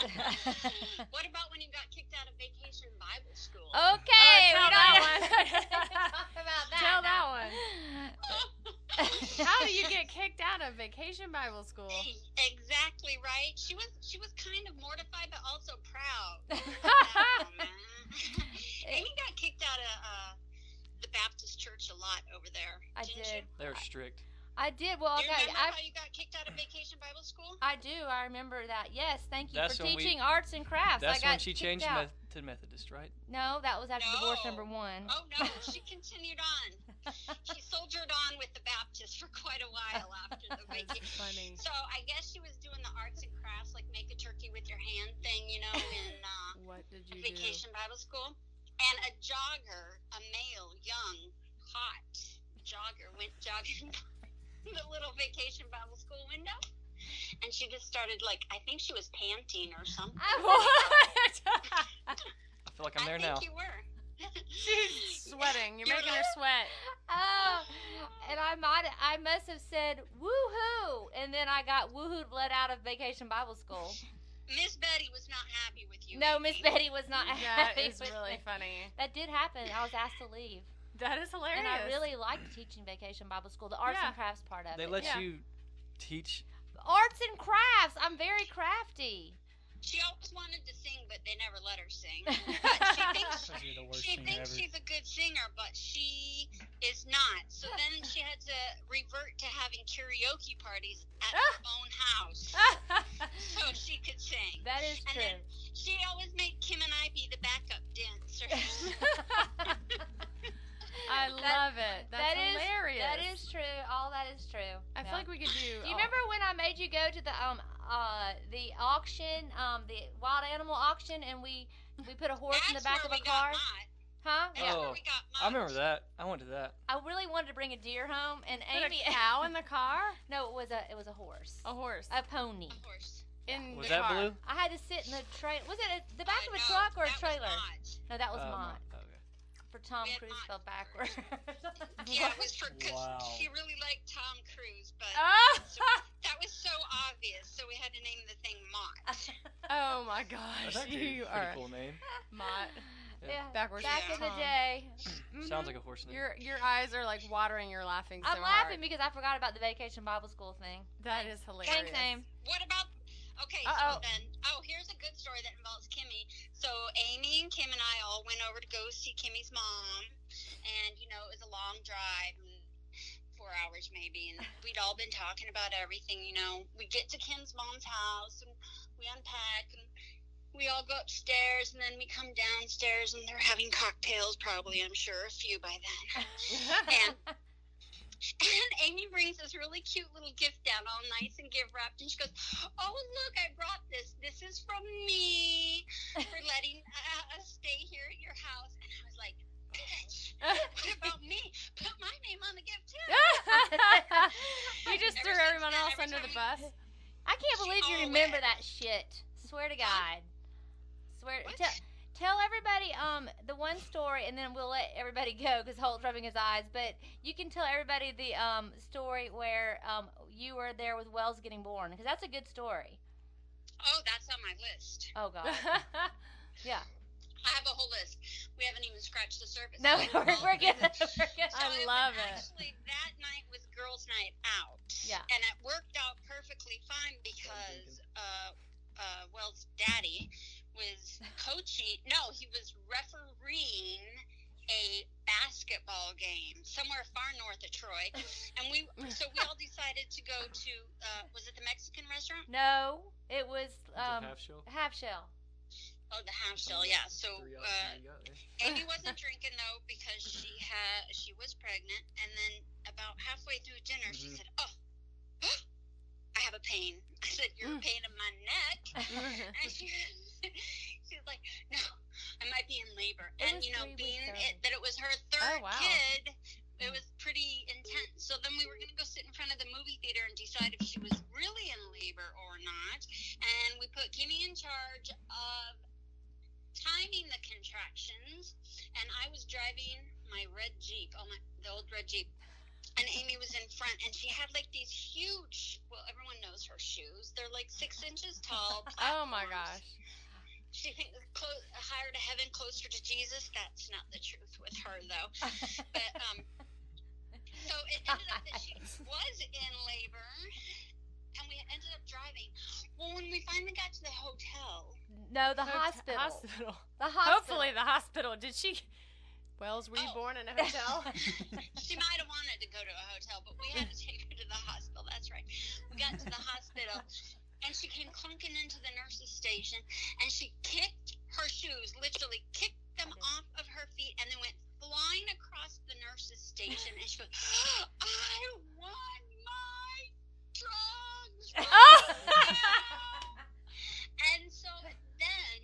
[SPEAKER 7] what about when you got kicked out of vacation Bible school?
[SPEAKER 2] Oh,
[SPEAKER 1] Okay, we
[SPEAKER 2] tell
[SPEAKER 1] don't
[SPEAKER 2] that
[SPEAKER 1] need
[SPEAKER 2] one.
[SPEAKER 1] to talk about that.
[SPEAKER 2] Tell that
[SPEAKER 1] now.
[SPEAKER 2] How do you get kicked out of vacation Bible school?
[SPEAKER 7] Exactly right. She was she was kind of mortified, but also proud. Oh, man. Amy got kicked out of uh, the Baptist church a lot over there.
[SPEAKER 1] I
[SPEAKER 7] didn't
[SPEAKER 1] did.
[SPEAKER 7] You?
[SPEAKER 4] They were strict.
[SPEAKER 1] I did. Well,
[SPEAKER 7] Do you
[SPEAKER 1] okay. Uh, I,
[SPEAKER 7] remember how you got kicked out of vacation Bible school?
[SPEAKER 1] I do. I remember that. Yes, thank you
[SPEAKER 4] That's
[SPEAKER 1] for
[SPEAKER 4] when we-
[SPEAKER 1] teaching arts and crafts. I
[SPEAKER 4] That's
[SPEAKER 1] got
[SPEAKER 4] when she
[SPEAKER 1] kicked
[SPEAKER 4] changed
[SPEAKER 1] out.
[SPEAKER 4] meth- to Methodist, right?
[SPEAKER 1] No, that was after divorce number
[SPEAKER 7] No.
[SPEAKER 1] one.
[SPEAKER 7] Oh no, she continued on. She soldiered on with the Baptist for quite a while after the vacation.
[SPEAKER 2] That's funny.
[SPEAKER 7] So I guess she was doing the arts and crafts, like make a turkey with your hand thing, you know, in uh,
[SPEAKER 2] What did you do?
[SPEAKER 7] vacation Bible school. And a jogger, a male, young, hot jogger, went jogging by the little vacation Bible school window. And she just started like I think she was panting or something.
[SPEAKER 1] I was-
[SPEAKER 2] What?
[SPEAKER 4] I feel like I'm
[SPEAKER 7] I
[SPEAKER 4] there
[SPEAKER 7] think
[SPEAKER 4] now.
[SPEAKER 7] you were.
[SPEAKER 2] She's sweating. You're
[SPEAKER 7] You're
[SPEAKER 2] making her sweat.
[SPEAKER 1] oh, and I might. I must have said woohoo, and then I got woohooed let out of vacation Bible school.
[SPEAKER 7] Miss Betty was not happy with you.
[SPEAKER 1] No,
[SPEAKER 7] Amy.
[SPEAKER 1] Miss Betty was not
[SPEAKER 2] That
[SPEAKER 1] happy.
[SPEAKER 2] is
[SPEAKER 1] with
[SPEAKER 2] really
[SPEAKER 1] me.
[SPEAKER 2] funny.
[SPEAKER 1] That did happen. I was asked to leave,
[SPEAKER 2] That is hilarious.
[SPEAKER 1] and I really liked teaching vacation Bible school, the arts
[SPEAKER 2] Yeah.
[SPEAKER 1] and crafts part of
[SPEAKER 4] They
[SPEAKER 1] it.
[SPEAKER 4] let
[SPEAKER 2] Yeah.
[SPEAKER 4] you teach.
[SPEAKER 1] arts and crafts. I'm very crafty.
[SPEAKER 7] She always wanted to sing, but they never let her sing. But she thinks
[SPEAKER 3] Supposed to be the worst
[SPEAKER 7] she
[SPEAKER 3] thing
[SPEAKER 7] thinks
[SPEAKER 3] ever.
[SPEAKER 7] she's a good singer, but she is not. So then she had to revert to having karaoke parties at her own house so she could sing.
[SPEAKER 1] That is
[SPEAKER 7] And then-
[SPEAKER 1] true.
[SPEAKER 7] She always made Kim and I be the backup dancers.
[SPEAKER 2] I love it. That's
[SPEAKER 1] that is-
[SPEAKER 2] hilarious.
[SPEAKER 1] that is true. All that is true.
[SPEAKER 2] I feel like we could do.
[SPEAKER 1] Do you remember when I made you go to the um uh the auction um the wild animal auction and we we put a horse
[SPEAKER 7] That's
[SPEAKER 1] in the back of
[SPEAKER 7] where we
[SPEAKER 1] a
[SPEAKER 7] got
[SPEAKER 1] car?
[SPEAKER 7] Mott.
[SPEAKER 1] Huh?
[SPEAKER 7] That's
[SPEAKER 4] Oh,
[SPEAKER 7] where we got Mott.
[SPEAKER 4] I remember that. I went to that.
[SPEAKER 1] I really wanted to bring a deer home and
[SPEAKER 2] Put
[SPEAKER 1] Amy
[SPEAKER 2] a cow Oh. in the car?
[SPEAKER 1] No, it was a it was a horse.
[SPEAKER 2] A horse.
[SPEAKER 1] A pony.
[SPEAKER 7] Of course.
[SPEAKER 2] in
[SPEAKER 4] Was
[SPEAKER 2] the
[SPEAKER 4] that
[SPEAKER 2] car.
[SPEAKER 4] blue?
[SPEAKER 1] I had to sit in the trailer. Was it a, the back of
[SPEAKER 7] Uh,
[SPEAKER 1] a
[SPEAKER 7] no,
[SPEAKER 1] truck or a
[SPEAKER 7] that was
[SPEAKER 1] trailer?
[SPEAKER 7] Mott.
[SPEAKER 1] No, that was
[SPEAKER 4] Oh,
[SPEAKER 1] mine.
[SPEAKER 4] no. Okay.
[SPEAKER 1] For Tom
[SPEAKER 7] We had
[SPEAKER 1] Cruise
[SPEAKER 7] Mott
[SPEAKER 1] fell backwards.
[SPEAKER 7] Yeah, it was for because
[SPEAKER 3] Wow.
[SPEAKER 7] she really liked Tom Cruise, but
[SPEAKER 2] Oh!
[SPEAKER 7] that was so obvious, so we had to name the thing Mott.
[SPEAKER 2] oh my
[SPEAKER 4] That's
[SPEAKER 2] gosh.
[SPEAKER 4] actually a
[SPEAKER 2] You
[SPEAKER 4] pretty
[SPEAKER 2] are
[SPEAKER 4] cool name.
[SPEAKER 2] Mott.
[SPEAKER 4] Yeah.
[SPEAKER 1] Yeah.
[SPEAKER 2] Backwards.
[SPEAKER 1] Back in the day.
[SPEAKER 4] Sounds
[SPEAKER 1] Mm-hmm.
[SPEAKER 2] Mhm.
[SPEAKER 4] like a horse name.
[SPEAKER 2] Your your eyes are like watering. You're laughing so
[SPEAKER 1] I'm laughing
[SPEAKER 2] hard.
[SPEAKER 1] because I forgot about the vacation Bible school thing.
[SPEAKER 2] That is hilarious.
[SPEAKER 1] Thanks, Aim.
[SPEAKER 7] What about? Okay,
[SPEAKER 1] Uh-oh.
[SPEAKER 7] so then, oh, here's a good story that involves Kimmy. So Amy and Kim and I all went over to go see Kimmy's mom, and you know it was a long drive, and four hours maybe, and we'd all been talking about everything. You know, we get to Kim's mom's house and we unpack and. We all go upstairs and then we come downstairs and they're having cocktails, probably, I'm sure, a few by then. And, and Amy brings this really cute little gift down, all nice and gift wrapped, and she goes, "Oh look, I brought this. This is from me for letting uh, us stay here at your house." And I was like, "Bitch, what about me? Put my name on the gift too."
[SPEAKER 2] you just
[SPEAKER 7] Ever
[SPEAKER 2] threw
[SPEAKER 7] since
[SPEAKER 2] everyone
[SPEAKER 7] then,
[SPEAKER 2] else
[SPEAKER 7] every
[SPEAKER 2] under the
[SPEAKER 7] time-
[SPEAKER 2] bus.
[SPEAKER 1] I can't believe you
[SPEAKER 7] Oh,
[SPEAKER 1] remember
[SPEAKER 7] wait.
[SPEAKER 1] that shit. Swear to God.
[SPEAKER 7] Huh?
[SPEAKER 1] Swear.
[SPEAKER 7] What?
[SPEAKER 1] Tell, Tell everybody um the one story, and then we'll let everybody go because Holt's rubbing his eyes. But you can tell everybody the um story where um you were there with Wells getting born because that's a good story.
[SPEAKER 7] Oh, that's on my list.
[SPEAKER 1] Oh God, yeah.
[SPEAKER 7] I have a whole list. We haven't even scratched the surface.
[SPEAKER 1] No,
[SPEAKER 7] Like,
[SPEAKER 1] we're,
[SPEAKER 7] all
[SPEAKER 1] we're
[SPEAKER 7] of
[SPEAKER 1] good.
[SPEAKER 7] them.
[SPEAKER 1] We're good.
[SPEAKER 2] I
[SPEAKER 7] So was
[SPEAKER 2] love it.
[SPEAKER 7] Actually, that night was girls' night out.
[SPEAKER 1] Yeah.
[SPEAKER 7] And it worked out perfectly fine because uh, uh, Wells' daddy was coaching. No, he was refereeing a basketball game somewhere far north of Troy, and we so we all decided to go to uh, was it the Mexican restaurant?
[SPEAKER 1] No, it was um
[SPEAKER 4] half shell?
[SPEAKER 1] half shell.
[SPEAKER 7] Oh, the half shell. Yeah. So.
[SPEAKER 4] Three out of three
[SPEAKER 7] Uh,
[SPEAKER 4] you got there.
[SPEAKER 7] Amy wasn't drinking though because she had she was pregnant, and then about halfway through dinner, she
[SPEAKER 4] Mhm.
[SPEAKER 7] said, "Oh, I have a pain." I said, "You're a pain in my neck," and she, she was like, "No, I might be in labor."
[SPEAKER 1] It
[SPEAKER 7] and
[SPEAKER 1] was
[SPEAKER 7] you know,
[SPEAKER 1] three weeks Oh,
[SPEAKER 7] being
[SPEAKER 1] early.
[SPEAKER 7] it, that it was her third
[SPEAKER 2] wow.
[SPEAKER 7] kid,
[SPEAKER 1] Mm.
[SPEAKER 7] it was pretty intense. So then we were gonna go sit in front of the movie theater and decide if she was really in labor or not, and we put Kimmy in charge of timing the contractions, and I was driving my red Jeep, oh my, the old red Jeep, and Amy was in front, and she had like these huge, well, everyone knows her shoes. They're like six inches tall.
[SPEAKER 2] Oh my
[SPEAKER 7] platforms.
[SPEAKER 2] gosh.
[SPEAKER 7] She thinks clo- higher to heaven, closer to Jesus. That's not the truth with her, though. But um, so it ended up that she was in labor, and we ended up driving. Well, when we finally got to the hotel,
[SPEAKER 1] No, the
[SPEAKER 2] Hot-
[SPEAKER 1] hospital.
[SPEAKER 2] Hospital.
[SPEAKER 1] The hospital.
[SPEAKER 2] Hopefully the hospital. Did she? Wells, were you
[SPEAKER 7] Oh.
[SPEAKER 2] born in a hotel?
[SPEAKER 7] She might have wanted to go to a hotel, but we had to take her to the hospital. That's right. We got to the hospital, and she came clunking into the nurse's station, and she kicked her shoes, literally kicked them off of her feet, and then went flying across the nurse's station. And she goes, "I won my drugs!" and so then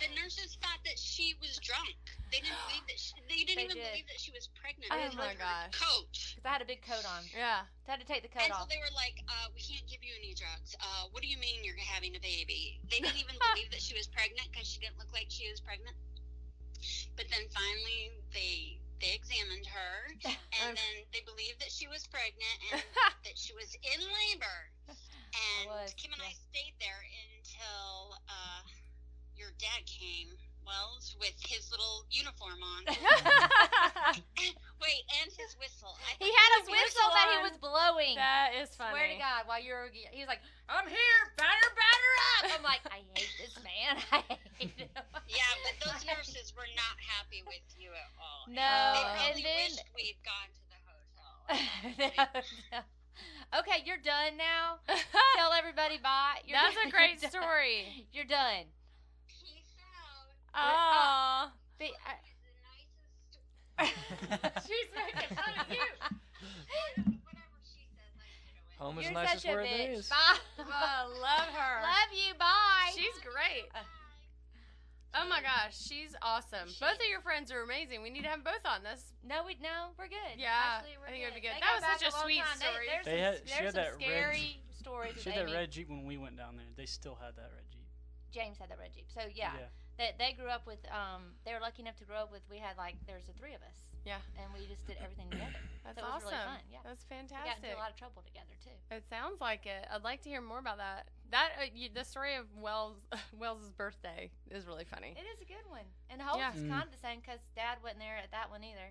[SPEAKER 7] the nurses thought that she was drunk. They didn't believe that. She, they
[SPEAKER 1] They
[SPEAKER 7] didn't even
[SPEAKER 1] did.
[SPEAKER 7] believe that she was pregnant.
[SPEAKER 2] Oh
[SPEAKER 7] with
[SPEAKER 2] my
[SPEAKER 7] her
[SPEAKER 2] gosh.
[SPEAKER 7] Coach.
[SPEAKER 1] 'Cause I had a big coat on.
[SPEAKER 2] yeah.
[SPEAKER 1] I had to take the coat
[SPEAKER 7] And so
[SPEAKER 1] off.
[SPEAKER 7] they were like, uh, "We can't give you any drugs. Uh, what do you mean you're having a baby?" They didn't even believe that she was pregnant because she didn't look like she was pregnant. But then finally, they they examined her,
[SPEAKER 2] Okay.
[SPEAKER 7] and then they believed that she was pregnant and that she was in labor. And
[SPEAKER 1] was,
[SPEAKER 7] Kim and
[SPEAKER 1] yeah.
[SPEAKER 7] I stayed there until uh, your dad came, Wells, with his little uniform on. Wait, and his whistle. I
[SPEAKER 1] he
[SPEAKER 7] thought
[SPEAKER 1] had a
[SPEAKER 2] His
[SPEAKER 1] whistle that he
[SPEAKER 2] whistle
[SPEAKER 1] was blowing.
[SPEAKER 2] that is funny.
[SPEAKER 1] Swear to God, while you were, he was like, "I'm here, batter, batter up." I'm like, I hate this man. I hate him.
[SPEAKER 7] Yeah, but those nurses were not happy with you at all.
[SPEAKER 1] No,
[SPEAKER 7] they
[SPEAKER 1] and
[SPEAKER 7] probably
[SPEAKER 1] then
[SPEAKER 7] wished we'd gone to the hotel.
[SPEAKER 1] no, no. Okay, you're done now. Tell everybody bye. You're
[SPEAKER 2] That's
[SPEAKER 1] done.
[SPEAKER 2] a great
[SPEAKER 1] You're done.
[SPEAKER 2] story.
[SPEAKER 1] You're done.
[SPEAKER 7] Peace out.
[SPEAKER 2] Oh,
[SPEAKER 1] The,
[SPEAKER 7] That was the nicest.
[SPEAKER 2] she's making fun of you.
[SPEAKER 7] Whatever she says, I should have
[SPEAKER 4] Home is
[SPEAKER 1] you're
[SPEAKER 4] the nicest
[SPEAKER 1] such a
[SPEAKER 4] word there
[SPEAKER 1] bitch.
[SPEAKER 4] is.
[SPEAKER 1] Bye.
[SPEAKER 2] I love her.
[SPEAKER 1] Oh, Love you. Bye.
[SPEAKER 2] She's great. Oh my gosh, she's awesome.
[SPEAKER 1] She
[SPEAKER 2] both
[SPEAKER 1] is.
[SPEAKER 2] of your friends are amazing. We need to have both on this.
[SPEAKER 1] no, we no, we're good.
[SPEAKER 2] Yeah,
[SPEAKER 1] Actually, we're
[SPEAKER 2] I think
[SPEAKER 1] good.
[SPEAKER 2] it'd be good.
[SPEAKER 1] They
[SPEAKER 2] That
[SPEAKER 1] go
[SPEAKER 2] was
[SPEAKER 1] back
[SPEAKER 2] such a
[SPEAKER 1] long
[SPEAKER 2] sweet
[SPEAKER 1] time.
[SPEAKER 2] story.
[SPEAKER 1] They, there's
[SPEAKER 3] They
[SPEAKER 1] some,
[SPEAKER 3] had- she
[SPEAKER 1] there's
[SPEAKER 3] had
[SPEAKER 1] some
[SPEAKER 3] that red-
[SPEAKER 1] scary stories.
[SPEAKER 3] She
[SPEAKER 1] with
[SPEAKER 3] had that
[SPEAKER 1] Amy.
[SPEAKER 3] red Jeep when we went down there. They still had that red Jeep.
[SPEAKER 1] James had that red jeep. So yeah, that they grew up with. Um, they were lucky enough to grow up with. We had like there's the three of us.
[SPEAKER 2] Yeah.
[SPEAKER 1] and we just did everything together.
[SPEAKER 2] That's
[SPEAKER 1] So it was
[SPEAKER 2] awesome.
[SPEAKER 1] really fun, yeah.
[SPEAKER 2] That's
[SPEAKER 1] We got
[SPEAKER 2] fantastic.
[SPEAKER 1] into a lot of trouble together too.
[SPEAKER 2] It sounds like it. I'd like to hear more about that. That uh, you, the story of Wells Wells's birthday is really funny.
[SPEAKER 1] It is a good one. And Holt's
[SPEAKER 2] Yeah.
[SPEAKER 1] is
[SPEAKER 3] Mm.
[SPEAKER 1] kind of the same because Dad wasn't there at that one either,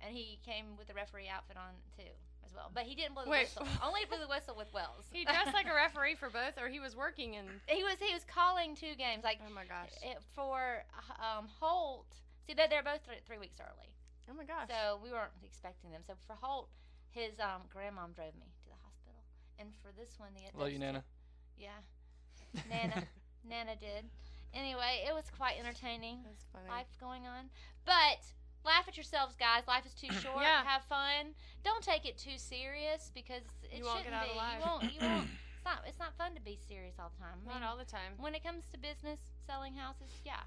[SPEAKER 1] and he came with the referee outfit on too as well. But he didn't blow the
[SPEAKER 2] Wait.
[SPEAKER 1] whistle. Only blew the whistle with Wells.
[SPEAKER 2] He dressed like a referee for both, or he was working in.
[SPEAKER 1] he was he was calling two games like
[SPEAKER 2] Oh my gosh.
[SPEAKER 1] it, for um, Holt. See, they're, they're both three, three weeks early,
[SPEAKER 2] Oh my gosh.
[SPEAKER 1] so we weren't expecting them. So for Holt, his um, grandmom drove me to the hospital, and for this one, the
[SPEAKER 4] Love you,
[SPEAKER 1] those two-
[SPEAKER 4] Nana.
[SPEAKER 1] Yeah, Nana, Nana did. Anyway, it was quite entertaining.
[SPEAKER 2] That's funny.
[SPEAKER 1] Life going on, but laugh at yourselves, guys. Life is too short.
[SPEAKER 2] Yeah.
[SPEAKER 1] Have fun. Don't take it too serious because it
[SPEAKER 2] You won't
[SPEAKER 1] shouldn't be.
[SPEAKER 2] get out alive.
[SPEAKER 1] You won't. You won't. It's not. It's not fun to be serious all the time. I
[SPEAKER 2] Not
[SPEAKER 1] mean,
[SPEAKER 2] all the time.
[SPEAKER 1] when it comes to business, selling houses, yeah,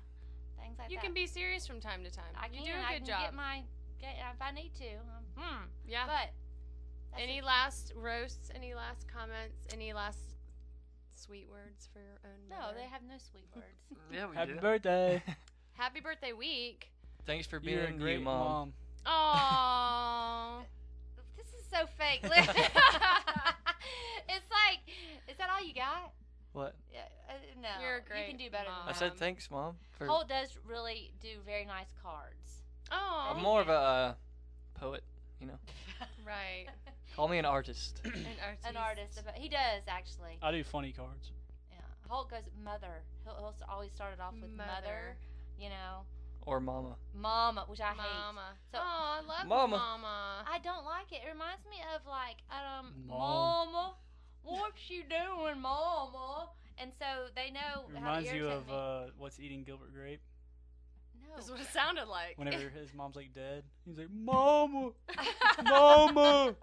[SPEAKER 1] things like
[SPEAKER 2] You
[SPEAKER 1] that.
[SPEAKER 2] can be serious from time to time.
[SPEAKER 1] I
[SPEAKER 2] you
[SPEAKER 1] can.
[SPEAKER 2] do a good
[SPEAKER 1] I can
[SPEAKER 2] job.
[SPEAKER 1] get my get, if I need to. Um, hmm.
[SPEAKER 2] yeah.
[SPEAKER 1] But that's
[SPEAKER 2] Any
[SPEAKER 1] it.
[SPEAKER 2] last roasts? Any last comments? Any last sweet words for your own
[SPEAKER 1] No,
[SPEAKER 2] mother?
[SPEAKER 1] they have no sweet words.
[SPEAKER 4] Yeah, we
[SPEAKER 3] Happy
[SPEAKER 4] did.
[SPEAKER 3] birthday.
[SPEAKER 2] Happy birthday week.
[SPEAKER 4] Thanks for being
[SPEAKER 3] You're a great
[SPEAKER 4] you, mom.
[SPEAKER 3] mom.
[SPEAKER 2] Oh.
[SPEAKER 1] This is so fake. it's like, is that all you got?
[SPEAKER 4] What?
[SPEAKER 1] Yeah, uh, no,
[SPEAKER 2] You're a
[SPEAKER 1] You
[SPEAKER 2] great
[SPEAKER 1] can do better.
[SPEAKER 2] mom.
[SPEAKER 4] I
[SPEAKER 1] Than that.
[SPEAKER 4] said thanks, mom. For
[SPEAKER 1] Holt does really do very nice cards.
[SPEAKER 2] Oh.
[SPEAKER 4] I'm more of a uh, poet. You know,
[SPEAKER 2] Right.
[SPEAKER 4] call me an artist.
[SPEAKER 2] An artist.
[SPEAKER 1] An artist, but he does actually.
[SPEAKER 4] Uh,
[SPEAKER 3] I do funny cards.
[SPEAKER 1] Yeah, Holt goes mother. He'll, he'll s- always start it off with mother.
[SPEAKER 2] Mother.
[SPEAKER 1] you know,
[SPEAKER 4] or mama.
[SPEAKER 1] mama, which I hate.
[SPEAKER 2] Mama.
[SPEAKER 1] So-
[SPEAKER 2] oh, I love
[SPEAKER 4] Mama.
[SPEAKER 2] mama. Mama.
[SPEAKER 1] I don't like it. It reminds me of like, um,
[SPEAKER 3] Mom.
[SPEAKER 1] mama, what you doing, mama? And so they know.
[SPEAKER 3] It
[SPEAKER 1] how to
[SPEAKER 3] reminds you
[SPEAKER 1] irritate
[SPEAKER 3] of
[SPEAKER 1] me.
[SPEAKER 3] uh, what's eating Gilbert Grape.
[SPEAKER 2] This is
[SPEAKER 1] no.
[SPEAKER 2] what it sounded like.
[SPEAKER 3] Whenever his mom's like dead, he's like, "Mama, mama,"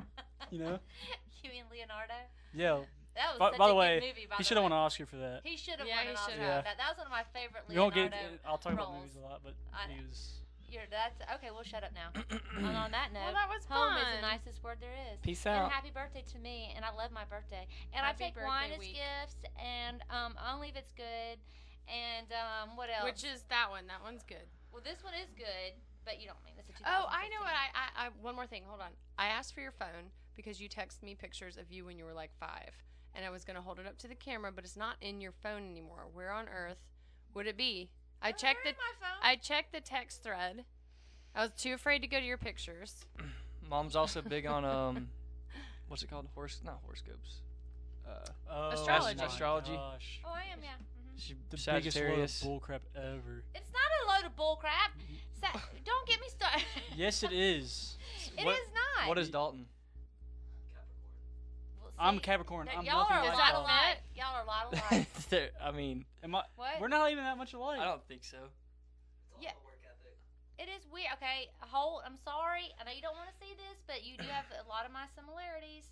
[SPEAKER 3] you know.
[SPEAKER 1] you mean Leonardo?
[SPEAKER 3] Yeah,
[SPEAKER 1] That was
[SPEAKER 3] By-
[SPEAKER 1] such
[SPEAKER 3] by
[SPEAKER 1] a
[SPEAKER 3] the
[SPEAKER 1] good
[SPEAKER 3] way,
[SPEAKER 1] movie. By
[SPEAKER 3] he
[SPEAKER 1] the
[SPEAKER 3] should have
[SPEAKER 1] way.
[SPEAKER 3] won an Oscar for that.
[SPEAKER 1] He should have
[SPEAKER 2] Yeah,
[SPEAKER 1] won
[SPEAKER 2] he
[SPEAKER 1] an
[SPEAKER 2] should
[SPEAKER 1] Oscar.
[SPEAKER 3] have.
[SPEAKER 1] for That. that was one of my favorite
[SPEAKER 3] We won't
[SPEAKER 1] Leonardo.
[SPEAKER 3] get. I'll talk about
[SPEAKER 1] roles.
[SPEAKER 3] movies a lot, but
[SPEAKER 1] I-
[SPEAKER 3] he was.
[SPEAKER 1] You're, that's okay. We'll shut up now. and on that note,
[SPEAKER 2] well, that was
[SPEAKER 1] home
[SPEAKER 2] fun.
[SPEAKER 1] is the nicest word there is.
[SPEAKER 4] Peace
[SPEAKER 1] And
[SPEAKER 4] out.
[SPEAKER 1] happy birthday to me, and I love my birthday. And
[SPEAKER 2] Happy
[SPEAKER 1] I take wine
[SPEAKER 2] birthday
[SPEAKER 1] as
[SPEAKER 2] week.
[SPEAKER 1] gifts, and um, only if it's good. And um, what else?
[SPEAKER 2] Which is that one? That one's good.
[SPEAKER 1] well, this one is good, but you don't mean this. is a
[SPEAKER 2] Oh, I
[SPEAKER 1] 2015.
[SPEAKER 2] know what I, I, I one more thing. Hold on. I asked for your phone because you texted me pictures of you when you were like five, and I was gonna hold it up to the camera, but it's not in your phone anymore. Where on earth would it be? I checked the
[SPEAKER 1] Where's my phone.
[SPEAKER 2] I checked the text thread. I was too afraid to go to your pictures.
[SPEAKER 4] Mom's also big on um, what's it called? Horse? Not horoscopes. Uh,
[SPEAKER 3] Oh,
[SPEAKER 2] Astrology.
[SPEAKER 3] my
[SPEAKER 4] Astrology.
[SPEAKER 3] Gosh.
[SPEAKER 1] oh, I am. Yeah. hmm
[SPEAKER 4] she,
[SPEAKER 3] The
[SPEAKER 4] Sagittarius.
[SPEAKER 3] biggest load of bullcrap ever.
[SPEAKER 1] It's not a load of bull crap. Sa- don't get me started.
[SPEAKER 3] Yes, it is.
[SPEAKER 1] It
[SPEAKER 3] What-
[SPEAKER 1] is not.
[SPEAKER 4] What is Dalton?
[SPEAKER 1] Well,
[SPEAKER 3] I'm
[SPEAKER 1] see,
[SPEAKER 3] Capricorn.
[SPEAKER 1] that-
[SPEAKER 3] I'm
[SPEAKER 1] y'all
[SPEAKER 3] nothing
[SPEAKER 1] are a
[SPEAKER 3] like
[SPEAKER 1] lot
[SPEAKER 3] Dalton.
[SPEAKER 1] alike. Y'all are a lot alike.
[SPEAKER 4] There- I mean,
[SPEAKER 3] Am I-
[SPEAKER 1] What?
[SPEAKER 3] We're not even that much alike.
[SPEAKER 4] I don't think so.
[SPEAKER 1] Yeah. It is weird. Okay, Holt, I'm sorry. I know you don't want to see this, but you do have a lot of my similarities.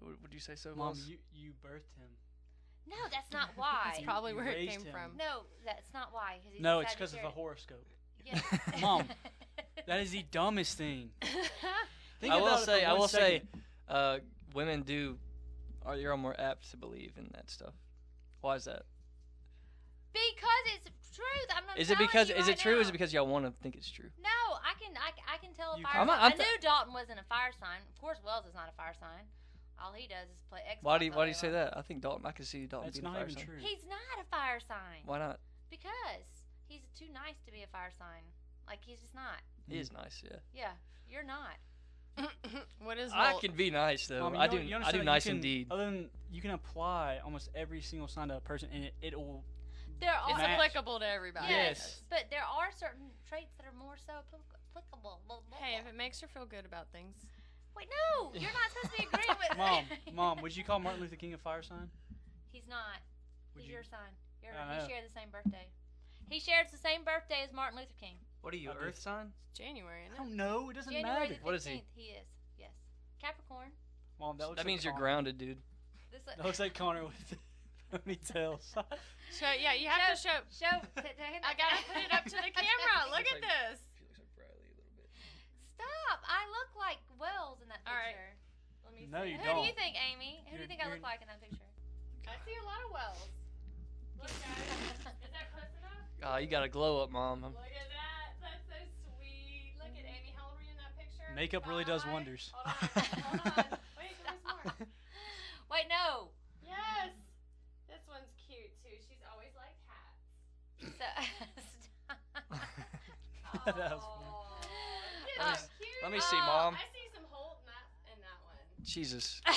[SPEAKER 4] Would would you say so,
[SPEAKER 3] Mom,
[SPEAKER 4] Voss?
[SPEAKER 3] you, you birthed him.
[SPEAKER 1] No, that's not why.
[SPEAKER 2] That's probably
[SPEAKER 3] you
[SPEAKER 2] where it
[SPEAKER 3] raised
[SPEAKER 2] came
[SPEAKER 3] him.
[SPEAKER 2] from.
[SPEAKER 1] no, that's not why. Cause he's
[SPEAKER 3] No,
[SPEAKER 1] a
[SPEAKER 3] it's because of the
[SPEAKER 1] Sagittarius.
[SPEAKER 3] horoscope.
[SPEAKER 1] Yes.
[SPEAKER 3] Mom, That is the dumbest thing. Think
[SPEAKER 4] I will
[SPEAKER 3] about it for
[SPEAKER 4] say, I
[SPEAKER 3] one
[SPEAKER 4] will
[SPEAKER 3] second.
[SPEAKER 4] say, uh, women do are you're more apt to believe in that stuff. Why is that?
[SPEAKER 1] because it's truth. I'm not.
[SPEAKER 4] Is it
[SPEAKER 1] telling
[SPEAKER 4] because
[SPEAKER 1] you
[SPEAKER 4] is
[SPEAKER 1] right
[SPEAKER 4] it true? Or is it
[SPEAKER 1] now.
[SPEAKER 4] because y'all want to think it's true?
[SPEAKER 1] No, I can I, I can tell a
[SPEAKER 3] You
[SPEAKER 1] fire
[SPEAKER 4] can- I'm
[SPEAKER 1] sign.
[SPEAKER 4] not- I'm
[SPEAKER 1] I
[SPEAKER 4] th-
[SPEAKER 1] knew Dalton wasn't a fire sign. Of course, Wells is not a fire sign. All he does is play Xbox.
[SPEAKER 4] Why do you,
[SPEAKER 1] all
[SPEAKER 4] why do
[SPEAKER 1] day
[SPEAKER 4] you say
[SPEAKER 1] long.
[SPEAKER 4] that? I think Dalton. I can see Dalton
[SPEAKER 3] That's
[SPEAKER 4] being a
[SPEAKER 3] not
[SPEAKER 4] fire
[SPEAKER 3] even
[SPEAKER 4] sign.
[SPEAKER 3] true.
[SPEAKER 1] He's not a fire sign.
[SPEAKER 4] Why not?
[SPEAKER 1] Because he's too nice to be a fire sign. Like he's just not.
[SPEAKER 4] He
[SPEAKER 3] Mm.
[SPEAKER 4] is nice. Yeah.
[SPEAKER 1] Yeah, you're not.
[SPEAKER 2] what is
[SPEAKER 4] I
[SPEAKER 2] Holt?
[SPEAKER 4] can be nice though.
[SPEAKER 3] Mom, you
[SPEAKER 4] I do.
[SPEAKER 3] know-
[SPEAKER 4] I
[SPEAKER 3] you understand
[SPEAKER 4] do
[SPEAKER 3] that you
[SPEAKER 4] nice
[SPEAKER 3] can-
[SPEAKER 4] indeed.
[SPEAKER 3] Other than you can apply almost every single sign to a person, and it, it will.
[SPEAKER 1] There are
[SPEAKER 2] It's
[SPEAKER 3] Match.
[SPEAKER 2] applicable to everybody.
[SPEAKER 3] Yes.
[SPEAKER 1] but there are certain traits that are more so applic- applicable. Blah, blah,
[SPEAKER 2] Hey, if
[SPEAKER 1] blah.
[SPEAKER 2] it makes her feel good about things.
[SPEAKER 1] wait, no, you're not supposed to be agreeing with
[SPEAKER 3] Mom, mom, would you call Martin Luther King a fire sign?
[SPEAKER 1] He's not.
[SPEAKER 3] Would
[SPEAKER 1] He's
[SPEAKER 3] you?
[SPEAKER 1] your sign. You're,
[SPEAKER 3] I
[SPEAKER 1] you
[SPEAKER 3] know.
[SPEAKER 1] share the same birthday. He shares the same birthday as Martin Luther King.
[SPEAKER 4] What are you,
[SPEAKER 3] I do. Earth
[SPEAKER 4] sign?
[SPEAKER 2] It's January,
[SPEAKER 3] I
[SPEAKER 2] isn't it?
[SPEAKER 3] don't know. It doesn't
[SPEAKER 1] January
[SPEAKER 3] matter.
[SPEAKER 1] the 15th.
[SPEAKER 4] What is he?
[SPEAKER 1] He is. Yes. Capricorn.
[SPEAKER 3] Mom, that,
[SPEAKER 4] That,
[SPEAKER 3] looks like
[SPEAKER 4] means you're
[SPEAKER 3] Connor.
[SPEAKER 4] grounded, dude.
[SPEAKER 1] This
[SPEAKER 3] That looks like Connor with the ponytails.
[SPEAKER 2] So yeah, you have to show.
[SPEAKER 1] show. to- to him
[SPEAKER 2] I
[SPEAKER 1] that-
[SPEAKER 2] gotta put it up to the camera. Look at this.
[SPEAKER 4] She looks like Bradley a little bit.
[SPEAKER 1] Stop! I look like Wells in that
[SPEAKER 2] All right.
[SPEAKER 1] picture. Let me
[SPEAKER 3] No,
[SPEAKER 1] see.
[SPEAKER 3] you
[SPEAKER 1] Who do you
[SPEAKER 3] don't.
[SPEAKER 1] think, Amy? Who do
[SPEAKER 3] You're-
[SPEAKER 1] you think I
[SPEAKER 3] you're-
[SPEAKER 1] look like in that picture?
[SPEAKER 2] I see a lot of wells. Look guys, is that close enough?
[SPEAKER 4] Ah, you got a glow up, mom.
[SPEAKER 3] Um,
[SPEAKER 4] I'm-
[SPEAKER 2] Look at that. That's so sweet. Look at Amy. How old were you in that picture?
[SPEAKER 3] Makeup really does
[SPEAKER 2] Five?
[SPEAKER 3] wonders.
[SPEAKER 2] Hold on. Hold on. Wait, there was more.
[SPEAKER 1] Wait, no.
[SPEAKER 2] Yes. This one's cute too. She's always liked hats.
[SPEAKER 1] So, stop.
[SPEAKER 3] That was
[SPEAKER 2] Aw.
[SPEAKER 1] funny.
[SPEAKER 2] Isn't
[SPEAKER 1] Uh,
[SPEAKER 2] that cute?
[SPEAKER 4] Let me see,
[SPEAKER 2] Oh,
[SPEAKER 3] um,
[SPEAKER 4] Mom.
[SPEAKER 2] I see some Holt in that, in that one.
[SPEAKER 4] Jesus.
[SPEAKER 2] Oh.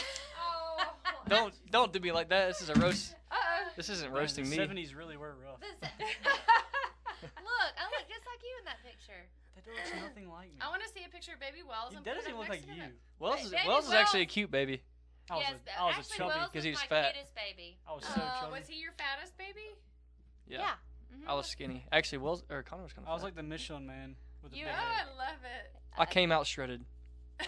[SPEAKER 2] Holt.
[SPEAKER 4] Don't don't do me like that. This is a roast.
[SPEAKER 1] Uh-oh.
[SPEAKER 4] This isn't
[SPEAKER 3] Man,
[SPEAKER 4] roasting
[SPEAKER 3] the
[SPEAKER 4] me.
[SPEAKER 3] 70s really were rough.
[SPEAKER 1] This, look, I look just like you in that picture.
[SPEAKER 3] That looks nothing like me.
[SPEAKER 2] I want to see a picture of Baby Wells.
[SPEAKER 3] It-
[SPEAKER 2] and
[SPEAKER 3] that
[SPEAKER 2] put it
[SPEAKER 3] doesn't even
[SPEAKER 2] up
[SPEAKER 3] look
[SPEAKER 2] next
[SPEAKER 3] like
[SPEAKER 2] to
[SPEAKER 3] you.
[SPEAKER 2] them.
[SPEAKER 4] Wells is,
[SPEAKER 1] Baby
[SPEAKER 4] Wells is actually a
[SPEAKER 1] Wells.
[SPEAKER 4] cute baby.
[SPEAKER 3] I was,
[SPEAKER 1] yes,
[SPEAKER 3] a, I was a
[SPEAKER 1] actually,
[SPEAKER 3] chubby.
[SPEAKER 1] Wells
[SPEAKER 4] 'cause
[SPEAKER 1] was
[SPEAKER 4] he was
[SPEAKER 1] my
[SPEAKER 4] fat.
[SPEAKER 1] cutest baby.
[SPEAKER 3] I was so
[SPEAKER 2] Uh,
[SPEAKER 3] chubby.
[SPEAKER 2] was he your fattest baby?
[SPEAKER 4] Yeah.
[SPEAKER 1] Mhm.
[SPEAKER 4] I was skinny. Actually, Wells or Connor was kind of.
[SPEAKER 3] I was like the Michelin man with a
[SPEAKER 1] You-
[SPEAKER 3] big
[SPEAKER 1] Yeah.
[SPEAKER 2] Oh,
[SPEAKER 3] head.
[SPEAKER 2] I love it.
[SPEAKER 4] I came out shredded.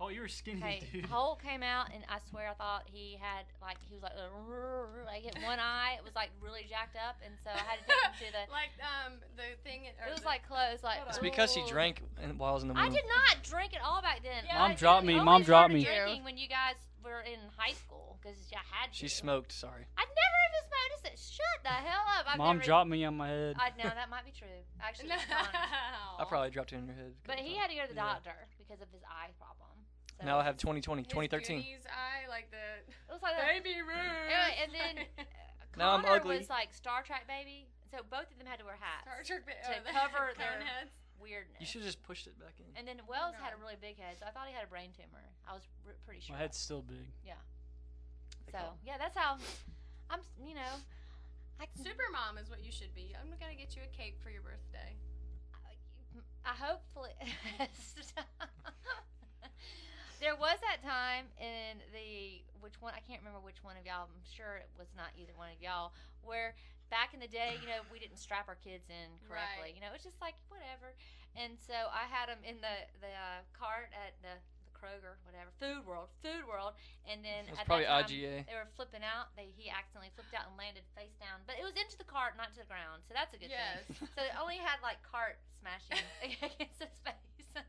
[SPEAKER 3] Oh, you were skinny,
[SPEAKER 1] Hey,
[SPEAKER 3] dude.
[SPEAKER 1] Holt came out, and I swear I thought he had like he was like uh, like it- one eye was like really jacked up, and so I had to take him to the.
[SPEAKER 2] Like um the thing. in- or
[SPEAKER 1] It was
[SPEAKER 2] the-
[SPEAKER 1] like clothes, like.
[SPEAKER 2] Hold
[SPEAKER 4] It's
[SPEAKER 2] on.
[SPEAKER 4] because he
[SPEAKER 1] ooh.
[SPEAKER 4] drank in- while I was in the womb.
[SPEAKER 1] Oh. I did not drink at all back then.
[SPEAKER 2] Yeah,
[SPEAKER 3] Mom
[SPEAKER 2] I
[SPEAKER 3] dropped
[SPEAKER 2] did.
[SPEAKER 1] I
[SPEAKER 3] me. Mom
[SPEAKER 1] only
[SPEAKER 3] dropped
[SPEAKER 1] started
[SPEAKER 3] me.
[SPEAKER 1] Drinking when you guys were in high school because I had to.
[SPEAKER 4] She smoked. Sorry.
[SPEAKER 1] I never even smoked. I said, "Shut the hell up!" I've
[SPEAKER 3] Mom
[SPEAKER 1] never,
[SPEAKER 3] dropped me on my head.
[SPEAKER 1] I, no, that might be true. Actually, that's fine.
[SPEAKER 4] I
[SPEAKER 2] I
[SPEAKER 4] probably dropped it in your head. a
[SPEAKER 1] but
[SPEAKER 4] couple
[SPEAKER 1] he
[SPEAKER 4] times.
[SPEAKER 1] had to go to the
[SPEAKER 4] Yeah.
[SPEAKER 1] doctor because of his eye problem. So
[SPEAKER 4] Now I have 2020, 2013.
[SPEAKER 2] eye like the
[SPEAKER 1] It was like that.
[SPEAKER 2] baby room.
[SPEAKER 1] Uh, Anyway, and then uh,
[SPEAKER 4] Now I'm
[SPEAKER 1] Connor
[SPEAKER 4] ugly.
[SPEAKER 1] was like Star Trek baby, so both of them had to wear hats.
[SPEAKER 2] Star Trek ba-
[SPEAKER 1] to
[SPEAKER 2] oh, the
[SPEAKER 1] cover
[SPEAKER 2] cone
[SPEAKER 1] their-
[SPEAKER 2] heads.
[SPEAKER 1] Weirdness.
[SPEAKER 4] You should have just pushed it back in.
[SPEAKER 1] And then Wells had a
[SPEAKER 2] God.
[SPEAKER 1] really big head, so I thought he had a brain tumor. I was r- pretty sure.
[SPEAKER 3] My head's still big.
[SPEAKER 1] so yeah, that's how I'm. s- You know, I can,
[SPEAKER 2] Super mom is what you should be. I'm gonna get you a cake for your birthday.
[SPEAKER 1] I hopefully. there was that time in the which one I can't remember which one of y'all. I'm sure it was not either one of y'all. Where back in the day, you know, we didn't strap our kids in correctly.
[SPEAKER 2] Right.
[SPEAKER 1] You know, it's just like whatever. And so I had them in the the uh, cart at the, the Kroger, whatever Food World, Food World, and then
[SPEAKER 4] It's
[SPEAKER 1] at
[SPEAKER 4] probably
[SPEAKER 1] that time,
[SPEAKER 4] IGA.
[SPEAKER 1] They were flipping out. They he accidentally flipped out and landed face down, but it was into the cart, not to the ground. So that's a good thing.
[SPEAKER 2] yes.
[SPEAKER 1] So it only had like cart smashing against his face.